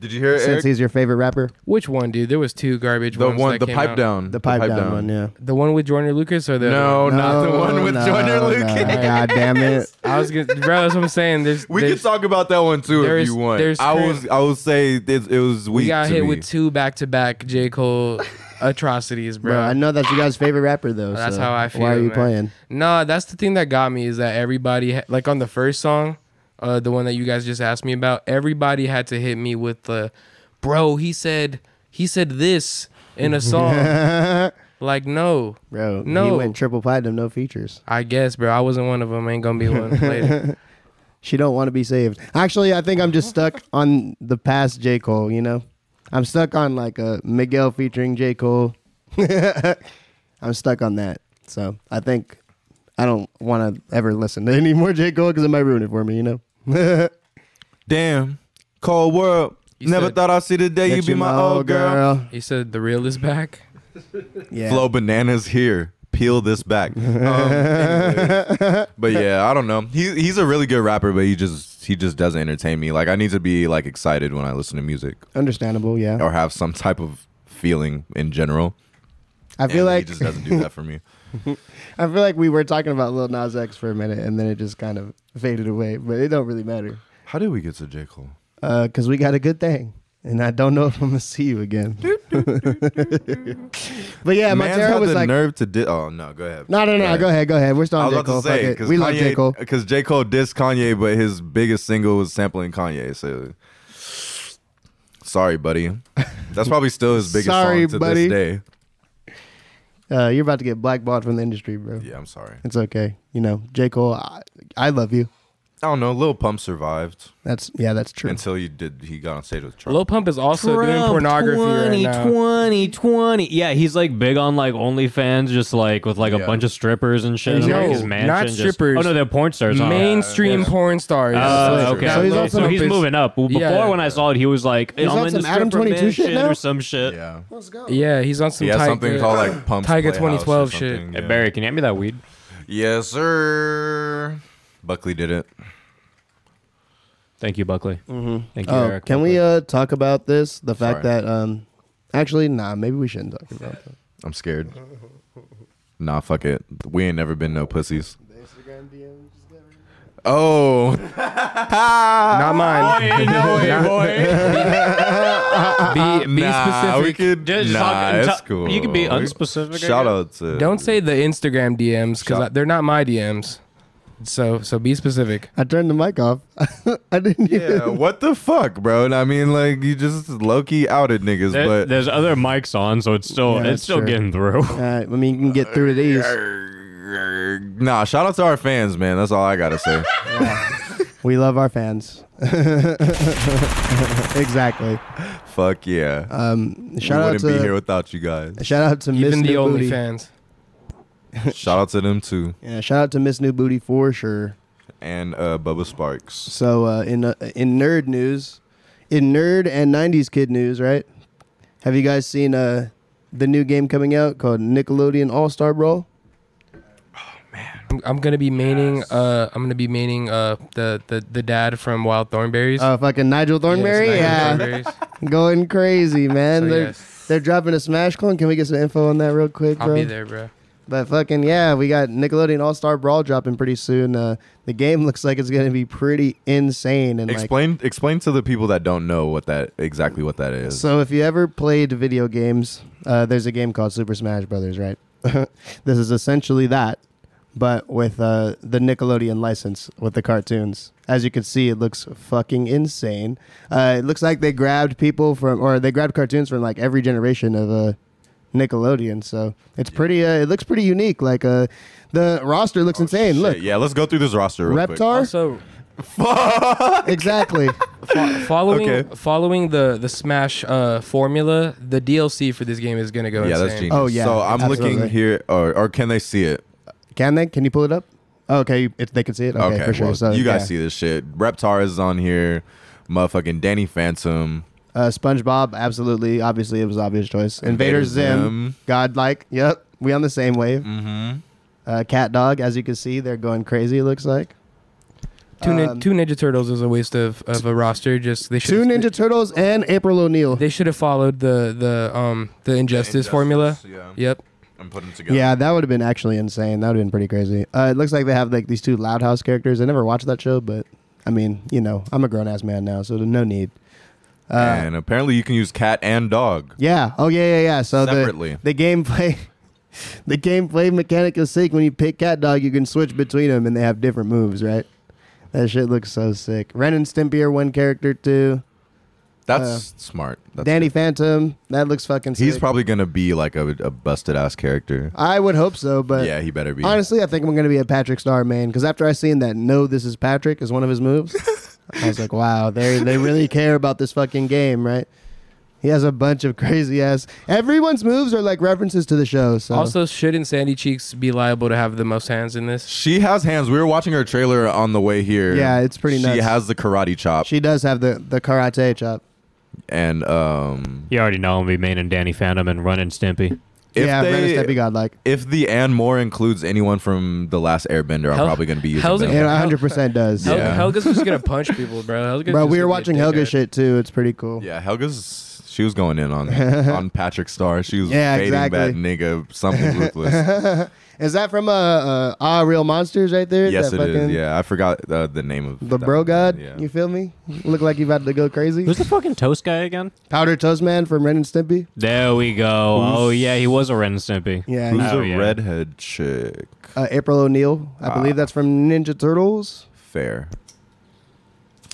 Speaker 1: Did you hear it?
Speaker 2: since
Speaker 1: Eric?
Speaker 2: he's your favorite rapper?
Speaker 5: Which one, dude? There was two garbage
Speaker 1: The
Speaker 5: ones
Speaker 1: one-
Speaker 5: that
Speaker 1: the
Speaker 5: came
Speaker 1: pipe
Speaker 5: out.
Speaker 1: down. The The pipe pipe down down. one,
Speaker 2: yeah. Oh,
Speaker 5: The one with Joyner Lucas or the
Speaker 1: No, not the one with Joyner Lucas.
Speaker 2: God damn it!
Speaker 5: I was gonna, bro. That's what I'm saying. There's
Speaker 1: We
Speaker 5: there's,
Speaker 1: can talk about that one too if
Speaker 5: there's-
Speaker 1: you want.
Speaker 5: there's
Speaker 1: I
Speaker 5: cur-
Speaker 1: was I would say it, it was weak.
Speaker 5: we got
Speaker 1: to
Speaker 5: hit
Speaker 1: me.
Speaker 5: with two back to back J Cole atrocities, bro.
Speaker 2: Bro, I know that's you guys' favorite rapper though.
Speaker 5: That's
Speaker 2: so
Speaker 5: how I feel.
Speaker 2: Why are you
Speaker 5: man.
Speaker 2: playing?
Speaker 5: No, that's the thing that got me is that everybody ha- like on the first song, uh, the one that you guys just asked me about, everybody had to hit me with the, bro. He said he said this in a song. like no,
Speaker 2: bro. He
Speaker 5: no.
Speaker 2: went triple platinum, no features.
Speaker 5: I guess, bro. I wasn't one of them. Ain't gonna be one later.
Speaker 2: She don't want to be saved. Actually, I think I'm just stuck on the past J Cole. You know, I'm stuck on like a Miguel featuring J Cole. I'm stuck on that. So I think I don't want to ever listen to any more J Cole because it might ruin it for me. You know.
Speaker 1: Damn, cold world. Never
Speaker 5: said-
Speaker 1: thought I'd see the day you be my old girl.
Speaker 5: He said the real is back.
Speaker 1: Flow bananas here. Peel this back. Um, anyways. but yeah, I don't know. He he's a really good rapper, but he just he just doesn't entertain me. Like I need to be like excited when I listen to music
Speaker 2: Understandable, yeah.
Speaker 1: or have some type of feeling in general.
Speaker 2: I feel
Speaker 1: And
Speaker 2: like
Speaker 1: he just doesn't do that for me.
Speaker 2: I feel like we were talking about Lil Nas X for a minute, and then it just kind of faded away. But it don't really matter
Speaker 1: How did we get to J Cole?
Speaker 2: because Uh, we got a good thing, and I don't know if I'm gonna see you again. but yeah,
Speaker 1: Man's
Speaker 2: Montero
Speaker 1: had
Speaker 2: was
Speaker 1: the
Speaker 2: like,
Speaker 1: nerve to di- Oh no, go ahead.
Speaker 2: no, no, no, go ahead, go ahead. We're still
Speaker 1: I
Speaker 2: on
Speaker 1: was
Speaker 2: J
Speaker 1: about
Speaker 2: Cole.
Speaker 1: to
Speaker 2: Fuck
Speaker 1: say
Speaker 2: it. We love J Cole.
Speaker 1: because J Cole dissed Kanye, but his biggest single was sampling Kanye. So sorry, buddy. That's probably still his biggest
Speaker 2: Sorry,
Speaker 1: song to
Speaker 2: buddy.
Speaker 1: this day.
Speaker 2: Uh, you're about to get blackballed from the industry, bro.
Speaker 1: Yeah, I'm sorry.
Speaker 2: It's okay. You know, J Cole, I, I love you.
Speaker 1: I don't know. Lil Pump survived.
Speaker 2: That's yeah, that's true.
Speaker 1: Until he did, he got on stage with Trump.
Speaker 5: Lil Pump is also doing pornography right now.
Speaker 4: 20, 20. Yeah, he's like big on like OnlyFans, just like with like a bunch of strippers and shit. in, like,
Speaker 5: No,
Speaker 4: his mansion,
Speaker 5: not
Speaker 4: just-
Speaker 5: strippers.
Speaker 4: oh no, they're porn stars. huh?
Speaker 5: Mainstream porn stars.
Speaker 4: Oh, okay. So he's, moving up. Well, Before,
Speaker 5: Yeah.
Speaker 4: when I saw it, he was like
Speaker 5: He's
Speaker 4: I'm
Speaker 5: on
Speaker 4: in
Speaker 5: some
Speaker 4: the
Speaker 5: Adam
Speaker 4: stripper
Speaker 5: 22 shit
Speaker 4: mansion
Speaker 5: now?
Speaker 4: or some shit.
Speaker 1: Yeah,
Speaker 5: Yeah, he's on some
Speaker 1: He has
Speaker 5: Tiger,
Speaker 1: something called, like, Pump's
Speaker 5: Tiger
Speaker 1: Playhouse or
Speaker 5: 2012 shit.
Speaker 1: something, yeah.
Speaker 4: Barry, can you hand me that weed?
Speaker 1: Yes, sir. Buckley did it.
Speaker 4: Thank you, Buckley. Mm-hmm. Thank you,
Speaker 2: Oh,
Speaker 4: Eric.
Speaker 2: can we uh, talk about this? The fact
Speaker 1: Sorry.
Speaker 2: that um, actually, nah, maybe we shouldn't talk about that.
Speaker 1: I'm scared. Nah, fuck it. We ain't never been no pussies. Oh,
Speaker 5: Not mine. Be, be
Speaker 1: Nah,
Speaker 5: specific.
Speaker 1: we could.
Speaker 4: Just
Speaker 1: nah,
Speaker 4: talk-
Speaker 1: it's
Speaker 4: talk-
Speaker 1: cool.
Speaker 4: you could be
Speaker 1: We-
Speaker 4: unspecific, I
Speaker 1: Shout
Speaker 4: guess.
Speaker 1: out to.
Speaker 5: Don't say the Instagram DMs because they're not my DMs. So so be specific.
Speaker 2: I turned the mic off. I didn't
Speaker 1: Yeah,
Speaker 2: even.
Speaker 1: what the fuck, bro? And I mean, like, you just low key outed niggas,
Speaker 4: There-
Speaker 1: but
Speaker 4: there's other mics on, so it's still
Speaker 2: Yeah,
Speaker 4: it's still
Speaker 2: sure.
Speaker 4: getting through.
Speaker 2: All right, I mean, you can get through to these.
Speaker 1: nah, shout out to our fans, man. That's all I gotta say.
Speaker 2: We love our fans. exactly.
Speaker 1: Fuck yeah.
Speaker 2: Um, shout
Speaker 1: we
Speaker 2: out
Speaker 1: wouldn't be here
Speaker 2: to
Speaker 1: without you guys.
Speaker 2: shout out to Miss
Speaker 5: Even the
Speaker 2: New Booty.
Speaker 5: OnlyFans.
Speaker 1: Shout out to them too.
Speaker 2: Yeah, shout out to Miss New Booty for sure.
Speaker 1: And uh, Bubba Sparks.
Speaker 2: So uh, in uh, in nerd news, in nerd and '90s kid news, right? Have you guys seen uh, the new game coming out called Nickelodeon All Star Brawl?
Speaker 5: I'm, I'm gonna be meaning. Uh, I'm gonna be meaning. Uh, the the the dad from Wild Thornberries.
Speaker 2: Uh, fucking Nigel Thornberry,
Speaker 5: Yes,
Speaker 2: yeah,
Speaker 5: Nigel Thornberries.
Speaker 2: going crazy, man.
Speaker 5: So,
Speaker 2: they're
Speaker 5: yes.
Speaker 2: they're dropping a Smash clone. Can we get some info on that real quick, bro?
Speaker 5: I'll be there, bro.
Speaker 2: But fucking yeah, we got Nickelodeon All Star Brawl dropping pretty soon. Uh, the game looks like it's gonna be pretty insane and like.
Speaker 1: Explain explain to the people that don't know what that exactly what that is.
Speaker 2: So if you ever played video games, uh, there's a game called Super Smash Brothers, right? this is essentially that, but with uh, the Nickelodeon license with the cartoons. As you can see, it looks fucking insane. Uh, it looks like they grabbed people from, or they grabbed cartoons from like every generation of uh, Nickelodeon. So it's pretty. Uh, it looks pretty unique. Like uh, the roster looks insane. Look,
Speaker 1: Oh, Shit, yeah, let's go through this roster real quick. Oh,
Speaker 2: Reptar.
Speaker 5: Also,
Speaker 2: exactly.
Speaker 5: fo- following
Speaker 1: Okay.
Speaker 5: following the the Smash uh formula, the DLC for this game is gonna go
Speaker 1: Yeah,
Speaker 5: insane.
Speaker 1: that's genius.
Speaker 2: Oh, yeah,
Speaker 1: So I'm
Speaker 2: absolutely.
Speaker 1: looking here, or, or can they see it?
Speaker 2: Can they? Can you pull it up? Oh, okay, you- it, they can see it. Okay,
Speaker 1: Okay,
Speaker 2: for sure.
Speaker 1: well,
Speaker 2: so
Speaker 1: you guys
Speaker 2: yeah.
Speaker 1: see this shit. Reptar is on here. Motherfucking Danny Phantom.
Speaker 2: Uh, SpongeBob, absolutely. Obviously, it was obvious choice. Invader
Speaker 1: Invader
Speaker 2: Zim,
Speaker 1: Zim.
Speaker 2: godlike. Yep, we on the same wave.
Speaker 1: Mm-hmm.
Speaker 2: Uh, Cat Dog, as you can see, they're going crazy. It looks like
Speaker 5: Two, nin-
Speaker 2: Um,
Speaker 5: two Ninja Turtles is a waste of, of a roster. Just they
Speaker 2: two
Speaker 5: should
Speaker 2: Ninja Turtles and April O'Neil.
Speaker 5: They should have followed the the um the injustice, formula.
Speaker 1: Yeah.
Speaker 5: Yep.
Speaker 1: And put them together.
Speaker 2: Yeah, that would have been actually insane. That would have been pretty crazy. Uh, it looks like they have like these two Loud House characters. I never watched that show, but I mean, you know, I'm a grown ass man now, so no need. Uh,
Speaker 1: and apparently you can use cat and dog.
Speaker 2: Yeah. Oh yeah, yeah, yeah. So
Speaker 1: Separately.
Speaker 2: the the gameplay, the gameplay mechanic is sick. When you pick cat dog, you can switch between them, and they have different moves, right? That shit looks so sick. Ren and Stimpy are one character too.
Speaker 1: That's smart. That's
Speaker 2: uh, Danny Phantom. That looks fucking. Sick.
Speaker 1: He's probably gonna be like a, a busted ass character.
Speaker 2: I would hope so, but
Speaker 1: yeah, he better be.
Speaker 2: honestly, I think I'm gonna be a Patrick Star man because after I seen that, no, this is Patrick is one of his moves. I was like, wow, they they really care about this fucking game, right? He has a bunch of crazy ass. Everyone's moves are like references to the show. So
Speaker 5: Also, shouldn't Sandy Cheeks be liable to have the most hands in this?
Speaker 1: she has hands. We were watching her trailer on the way here.
Speaker 2: Yeah, it's pretty
Speaker 1: She
Speaker 2: nuts.
Speaker 1: has the karate chop
Speaker 2: she does have the the karate chop.
Speaker 1: and um.
Speaker 4: You already know I'm gonna be main and Danny Phantom and Run and Stimpy.
Speaker 1: If
Speaker 2: yeah,
Speaker 1: they-
Speaker 2: Ren is Steppy godlike.
Speaker 1: If the and more includes anyone from the last Airbender, I'm
Speaker 5: Hel-
Speaker 1: probably gonna be using
Speaker 5: Hell's
Speaker 1: them.
Speaker 5: a-
Speaker 2: It 100 percent does.
Speaker 5: Hel-
Speaker 1: Yeah.
Speaker 5: Helga's just gonna punch people, bro.
Speaker 2: Bro,
Speaker 5: Helga's just
Speaker 2: we
Speaker 5: gonna
Speaker 2: were
Speaker 5: be a
Speaker 2: watching Helga
Speaker 5: dickhead.
Speaker 2: shit too. It's pretty cool.
Speaker 1: Yeah, Helga's she was going in on on Patrick Star. She was
Speaker 2: Yeah,
Speaker 1: fading that
Speaker 2: exactly.
Speaker 1: nigga something ruthless.
Speaker 2: is that from uh, uh Ah Real Monsters right there?
Speaker 1: yes,
Speaker 2: that
Speaker 1: it is.
Speaker 2: fucking-
Speaker 1: Yeah, I forgot uh, the name of
Speaker 2: The
Speaker 1: that
Speaker 2: bro
Speaker 1: one.
Speaker 2: god,
Speaker 1: Yeah.
Speaker 2: you feel me? Look like you about to go crazy.
Speaker 4: Who's the fucking toast guy again?
Speaker 2: Powder Toast Man from Ren and Stimpy?
Speaker 4: There we go.
Speaker 1: Who's-
Speaker 4: oh yeah, he was a Ren and Stimpy.
Speaker 2: Yeah,
Speaker 1: Who's
Speaker 4: Oh,
Speaker 1: a
Speaker 4: yeah.
Speaker 1: redhead chick?
Speaker 2: Uh, April O'Neil,
Speaker 1: Ah.
Speaker 2: I believe that's from Ninja Turtles.
Speaker 1: Fair.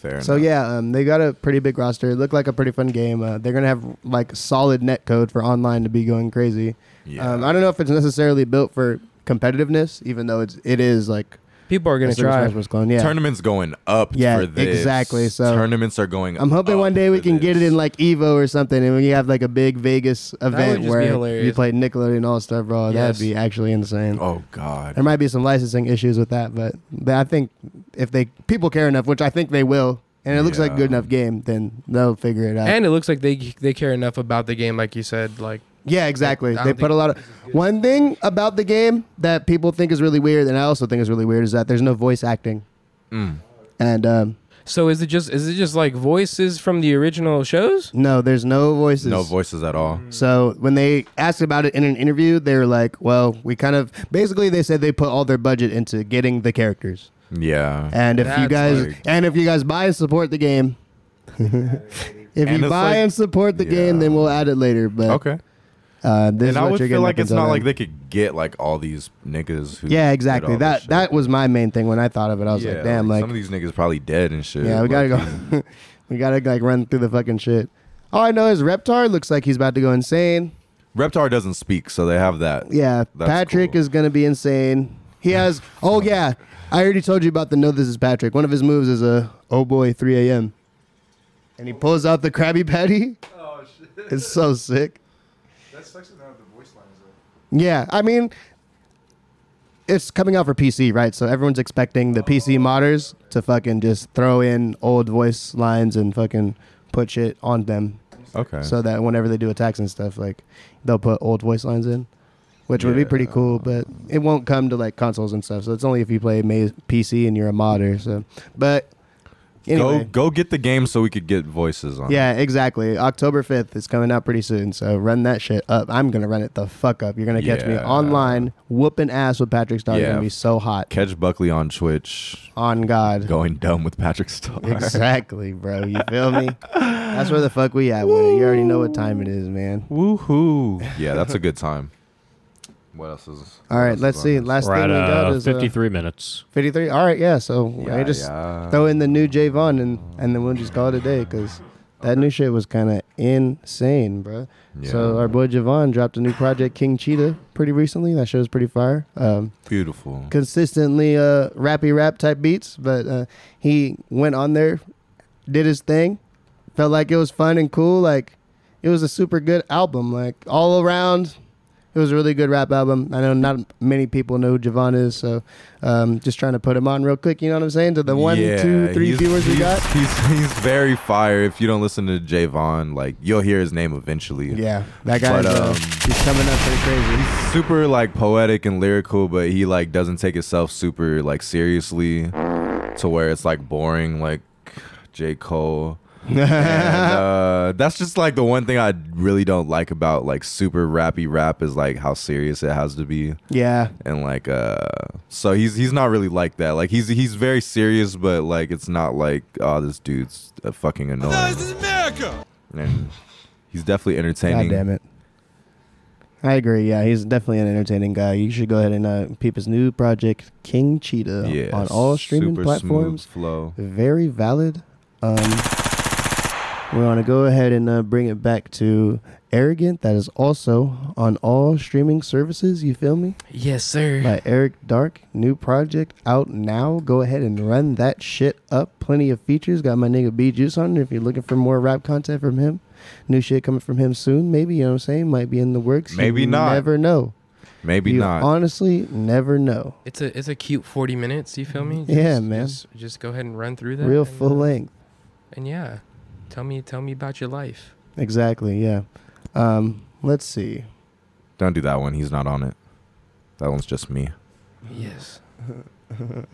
Speaker 1: Fair.
Speaker 2: So
Speaker 1: enough.
Speaker 2: yeah, um, they got a pretty big roster. It looked like a pretty fun game. Uh, they're gonna have like solid net code for online to be going crazy.
Speaker 1: Yeah.
Speaker 2: Um, I don't know if it's necessarily built for competitiveness, even though it's it is like
Speaker 5: People are
Speaker 2: a
Speaker 5: gonna
Speaker 2: Super
Speaker 5: try.
Speaker 2: Smash Bros. clone. Yeah,
Speaker 1: Tournaments going up
Speaker 2: Yeah,
Speaker 1: for this.
Speaker 2: exactly, so-
Speaker 1: tournaments are going
Speaker 2: I'm hoping
Speaker 1: up
Speaker 2: one day we
Speaker 1: for
Speaker 2: can get it
Speaker 1: this.
Speaker 2: in like Evo or something, and we have like a big Vegas event
Speaker 5: just be
Speaker 2: where
Speaker 5: hilarious.
Speaker 2: you play Nickelodeon All Star Brawl.
Speaker 5: Yes.
Speaker 2: That'd be actually insane.
Speaker 1: Oh god.
Speaker 2: There might be some licensing issues with that, but, but I think if they people care enough, which I think they will, and it looks like a good
Speaker 1: Yeah.
Speaker 2: enough game, then they'll figure it out.
Speaker 5: And it looks like they they care enough about the game, like you said. Like
Speaker 2: yeah, exactly.
Speaker 5: I
Speaker 2: They
Speaker 5: don't
Speaker 2: put a lot of one thing about the game that people think is really weird, and I also think is really weird, is that there's no voice acting.
Speaker 1: Mm.
Speaker 2: And um,
Speaker 5: So is it just is it just like voices from the original shows?
Speaker 2: no, there's no voices.
Speaker 1: No voices at all.
Speaker 2: So when they asked about it in an interview, they were like, "Well, we kind of basically they said they put all their budget into getting the characters,
Speaker 1: Yeah.
Speaker 2: and if you
Speaker 5: That's
Speaker 2: guys
Speaker 1: like-
Speaker 2: and if you guys buy and support the game, if
Speaker 1: And
Speaker 2: you
Speaker 1: it's
Speaker 2: buy
Speaker 1: like-
Speaker 2: and support the game,
Speaker 1: Yeah.
Speaker 2: then we'll add it later. But
Speaker 1: okay.
Speaker 2: uh, this is
Speaker 1: and I
Speaker 2: what
Speaker 1: would
Speaker 2: you're
Speaker 1: feel
Speaker 2: getting
Speaker 1: like
Speaker 2: up
Speaker 1: it's not
Speaker 2: until
Speaker 1: like
Speaker 2: then.
Speaker 1: they could get like all these niggas who
Speaker 2: yeah,
Speaker 1: did
Speaker 2: exactly.
Speaker 1: all this
Speaker 2: That
Speaker 1: shit.
Speaker 2: that was my main thing when I thought of it. I was
Speaker 1: Yeah,
Speaker 2: like, "Damn, like
Speaker 1: some of these niggas probably dead and shit.
Speaker 2: yeah, we gotta go, we gotta like run through the fucking shit." All I know is Reptar looks like he's about to go insane.
Speaker 1: Reptar doesn't speak, so they have that.
Speaker 2: Yeah,
Speaker 1: That's
Speaker 2: Patrick
Speaker 1: cool.
Speaker 2: is gonna be insane. He has. Oh yeah, I already told you about the. No, this is Patrick. One of his moves is a. Oh boy, 3 a.m. And he pulls out the Krabby Patty.
Speaker 12: Oh shit.
Speaker 2: It's so sick.
Speaker 12: that sucks that they don't have the voice lines though.
Speaker 2: Yeah, I mean, it's coming out for PC, right? So everyone's expecting the
Speaker 12: Oh.
Speaker 2: PC modders to fucking just throw in old voice lines and fucking put shit on them,
Speaker 1: Okay.
Speaker 2: so that whenever they do attacks and stuff, like they'll put old voice lines in, which would be pretty
Speaker 1: Yeah.
Speaker 2: cool. But it won't come to like consoles and stuff. So it's only if you play ma- PC and you're a modder. So, but
Speaker 1: Go
Speaker 2: anyway,
Speaker 1: go get the game so we could get voices on. it.
Speaker 2: yeah, exactly. October fifth is coming out pretty soon. So run that shit up. I'm gonna run it the fuck up. You're gonna catch me
Speaker 1: Yeah.
Speaker 2: online whooping ass with Patrick Star. It's
Speaker 1: Yeah.
Speaker 2: gonna be so hot.
Speaker 1: Catch Buckley on Twitch
Speaker 2: On God.
Speaker 1: going dumb with Patrick Star.
Speaker 2: Exactly, bro. You feel me? That's where the fuck we at with it. You already know what time it is, man.
Speaker 1: Woohoo. Yeah, that's a good time. What else is
Speaker 2: All right, let's see. Last
Speaker 4: We're
Speaker 2: thing
Speaker 4: at
Speaker 2: we got
Speaker 4: uh,
Speaker 2: is uh,
Speaker 4: 53 minutes.
Speaker 2: 53 all right yeah so
Speaker 1: Yeah,
Speaker 2: i just
Speaker 1: yeah.
Speaker 2: throw in the new j Von and and then we'll just call it a day because that new shit was kind of insane bro so
Speaker 1: Yeah.
Speaker 2: our boy javon dropped a new project king cheetah pretty recently that show's pretty fire um
Speaker 1: Beautiful.
Speaker 2: consistently uh rappy rap type beats but uh he went on there did his thing felt like it was fun and cool like it was a super good album like all around it was a really good rap album i know not many people know who javon is so um just trying to put him on real quick you know what i'm saying to the one, two, three
Speaker 1: Yeah, he's-
Speaker 2: viewers we
Speaker 1: he's-
Speaker 2: got
Speaker 1: He's he's very fire. If you don't listen to Jay Vaughn, like you'll hear his name eventually.
Speaker 2: yeah that guy
Speaker 1: But,
Speaker 2: is, uh,
Speaker 1: um,
Speaker 2: he's coming up pretty crazy
Speaker 1: super like poetic and lyrical, but he like doesn't take himself super like seriously to where it's like boring like J. Cole. and, uh, that's just like the one thing I really don't like about like super rappy rap is like how serious it has to be
Speaker 2: yeah
Speaker 1: and like uh so he's he's not really like that like he's he's very serious but like it's not like oh this dude's uh, fucking annoying and he's definitely entertaining
Speaker 2: God damn it. I agree. Yeah, he's definitely an entertaining guy. You should go ahead and uh, peep his new project, King Cheetah,
Speaker 1: yeah
Speaker 2: on all streaming
Speaker 1: super smooth
Speaker 2: platforms.
Speaker 1: flow
Speaker 2: Very valid. Um, We're going to go ahead and uh, bring it back to Arrogant. That is also on all streaming services. You feel me?
Speaker 5: Yes, sir.
Speaker 2: By Eric Dark. New project out now. Go ahead and run that shit up. Plenty of features. Got my nigga B Juice on it if you're looking for more rap content from him. New shit coming from him soon. Maybe, you know what I'm saying? Might be in the works. You
Speaker 1: Maybe not.
Speaker 2: never know.
Speaker 1: Maybe
Speaker 2: You
Speaker 1: not.
Speaker 2: honestly never know.
Speaker 5: It's a it's a cute forty minutes. You feel me?
Speaker 2: Yeah, man.
Speaker 5: Just, just go ahead and run through that.
Speaker 2: Real
Speaker 5: and,
Speaker 2: full
Speaker 5: uh,
Speaker 2: length.
Speaker 5: And yeah, tell me tell me about your life.
Speaker 2: Exactly, yeah. Um, let's see.
Speaker 1: Don't do that one. He's not on it. That one's just me.
Speaker 5: Yes.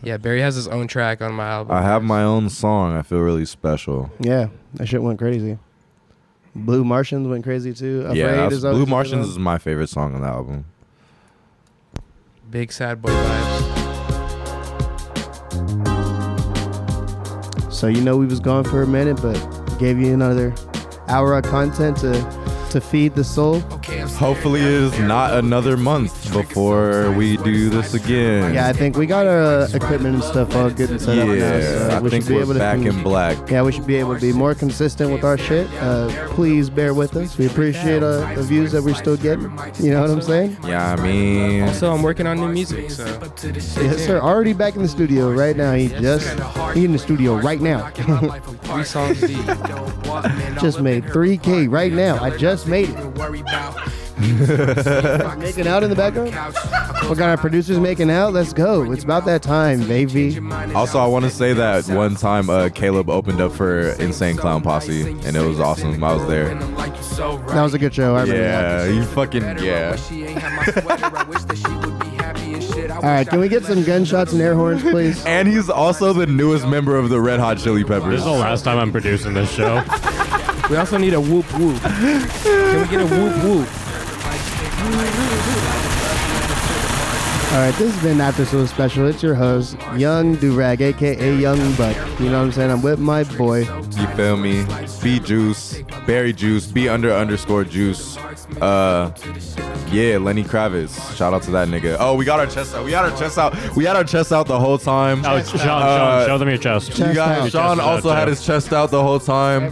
Speaker 5: yeah, Barry has his own track on my album.
Speaker 1: I have my own song. I feel really special.
Speaker 2: Yeah, that shit went crazy. Blue Martians went crazy too. Afraid
Speaker 1: yeah, that's-
Speaker 2: is always a
Speaker 1: Blue
Speaker 2: good
Speaker 1: Martians
Speaker 2: one.
Speaker 1: is my favorite song on the album.
Speaker 5: Big sad boy vibes.
Speaker 2: So you know we was gone for a minute, but gave you another hour of content to to feed the soul.
Speaker 1: Hopefully, it is not another month before we do this again.
Speaker 2: Yeah, I think we got our uh, equipment and stuff all good and set up now. So
Speaker 1: Yeah, I
Speaker 2: we
Speaker 1: think
Speaker 2: should be
Speaker 1: we're
Speaker 2: able to
Speaker 1: back in black.
Speaker 2: Yeah, we should be able to be more consistent with our shit. Uh, please bear with us. We appreciate uh, the views that we're still getting. You know what I'm saying?
Speaker 1: Yeah, I mean,
Speaker 5: Also, I'm working on new music, so
Speaker 2: Yes, sir. Already back in the studio right now. He just he in the studio right now.
Speaker 5: three songs deep.
Speaker 2: just made 3K right now. I just made it. Making out in the background. We got our producers making out. Let's go. It's about that time, baby.
Speaker 1: also, I want to say that one time uh, Caleb opened up for Insane Clown Posse, and it was awesome. I was there.
Speaker 2: That was a good show. I remember that.
Speaker 1: Yeah, you fucking yeah.
Speaker 2: All right, can we get some gunshots and air horns, please?
Speaker 1: And he's also the newest member of the Red Hot Chili Peppers.
Speaker 4: This is the last time I'm producing this show.
Speaker 5: We also need a whoop whoop. Can we get a whoop
Speaker 4: Oh,
Speaker 5: whoop?
Speaker 2: All right, this has been After School Special. It's your host, Young Durag, aka Young Buck. You know what I'm saying? I'm with my boy.
Speaker 1: You feel me? Be juice, berry juice, be under underscore juice. Uh, yeah, Lenny Kravitz. Shout out to that nigga. Oh, we got our chest out. We had our chest out. We had our chest out the whole time.
Speaker 4: Oh, Sean, Sean,
Speaker 1: Uh,
Speaker 4: show them your chest.
Speaker 1: You
Speaker 4: Your
Speaker 1: got,
Speaker 4: chest
Speaker 1: Sean
Speaker 4: is out,
Speaker 1: also had
Speaker 4: too.
Speaker 1: his chest out the whole time.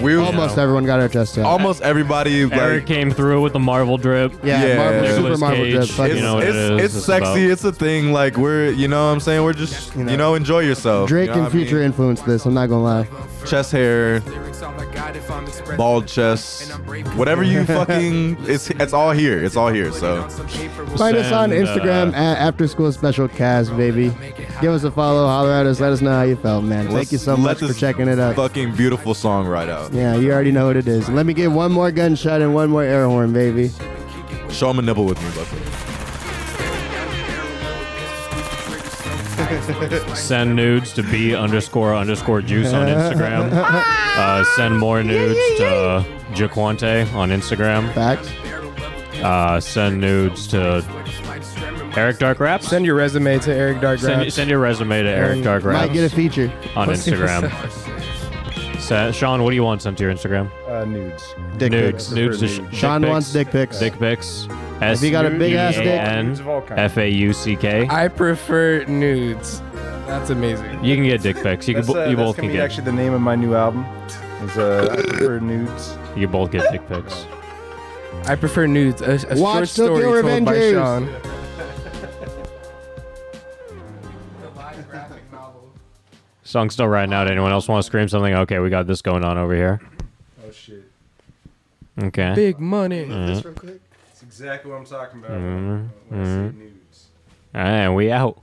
Speaker 1: We
Speaker 2: Almost everyone got our chest out.
Speaker 1: almost everybody like
Speaker 4: Eric came through with the Marvel drip.
Speaker 2: Yeah,
Speaker 1: Yeah.
Speaker 2: Marvel,
Speaker 1: Nicolas
Speaker 2: Super Marvel
Speaker 4: Cage.
Speaker 2: Drip. Fuck
Speaker 1: it's,
Speaker 4: You know what it
Speaker 1: it's,
Speaker 4: is.
Speaker 1: it's
Speaker 4: It's
Speaker 1: sexy.
Speaker 4: about-
Speaker 1: It's a thing. Like we're, you know, what I'm saying we're just, you know, enjoy yourself.
Speaker 2: Drake
Speaker 1: you know
Speaker 2: and
Speaker 1: what I mean?
Speaker 2: Future influenced this. I'm not gonna lie.
Speaker 1: chest hair, bald chest, whatever you fucking, it's it's all here. It's all here. So
Speaker 2: Find us on
Speaker 4: Send,
Speaker 2: Instagram
Speaker 4: uh,
Speaker 2: at After School Special Cast, baby. Give us a follow, holler at us, let us know how you felt, man. Thank
Speaker 1: let's
Speaker 2: you so
Speaker 1: let
Speaker 2: much for
Speaker 1: this
Speaker 2: checking it out.
Speaker 1: Fucking beautiful song right out.
Speaker 2: Yeah, you already know what it is. Let me get one more gunshot and one more air horn, baby.
Speaker 1: Show him a nibble with me, Buckley.
Speaker 4: Send nudes to b underscore underscore juice on Instagram. Uh, send more nudes to Jaquante on Instagram.
Speaker 2: Facts.
Speaker 4: Uh, send nudes to Eric Dark Raps.
Speaker 5: Send your resume to Eric Dark
Speaker 4: Send,
Speaker 5: Raps.
Speaker 4: send your resume to Eric Dark Raps
Speaker 2: Might get a feature.
Speaker 4: on
Speaker 5: Let's see what's
Speaker 4: Instagram. Sa- Sean, what do you want sent to your Instagram?
Speaker 12: Uh, nudes.
Speaker 2: Dick
Speaker 4: nudes.
Speaker 2: pics.
Speaker 4: Nudes. To sh-
Speaker 12: Sean
Speaker 4: dick
Speaker 2: Sean
Speaker 4: pics.
Speaker 2: wants dick pics.
Speaker 4: Dick pics.
Speaker 2: If you got a big ass dick-
Speaker 12: Nudes of all kinds.
Speaker 4: F A U C K.
Speaker 5: I prefer nudes. That's amazing.
Speaker 4: You can get dick pics. You, can,
Speaker 12: That's, uh,
Speaker 4: bo- you
Speaker 12: that's
Speaker 4: both
Speaker 12: gonna
Speaker 4: can
Speaker 12: be
Speaker 4: get.
Speaker 12: actually the name of my new album. Is uh, I prefer nudes.
Speaker 4: You can both get dick pics.
Speaker 5: I prefer nudes. A, a short
Speaker 2: Watch Tokyo
Speaker 5: story told by
Speaker 2: Revengers.
Speaker 5: Sean.
Speaker 4: Song's still riding out. Anyone else want to scream something? Okay, we got this going on over here.
Speaker 12: Oh shit!
Speaker 4: Okay.
Speaker 5: Big money.
Speaker 12: That's exactly what I'm talking about. When I say nudes.
Speaker 4: All right, we out.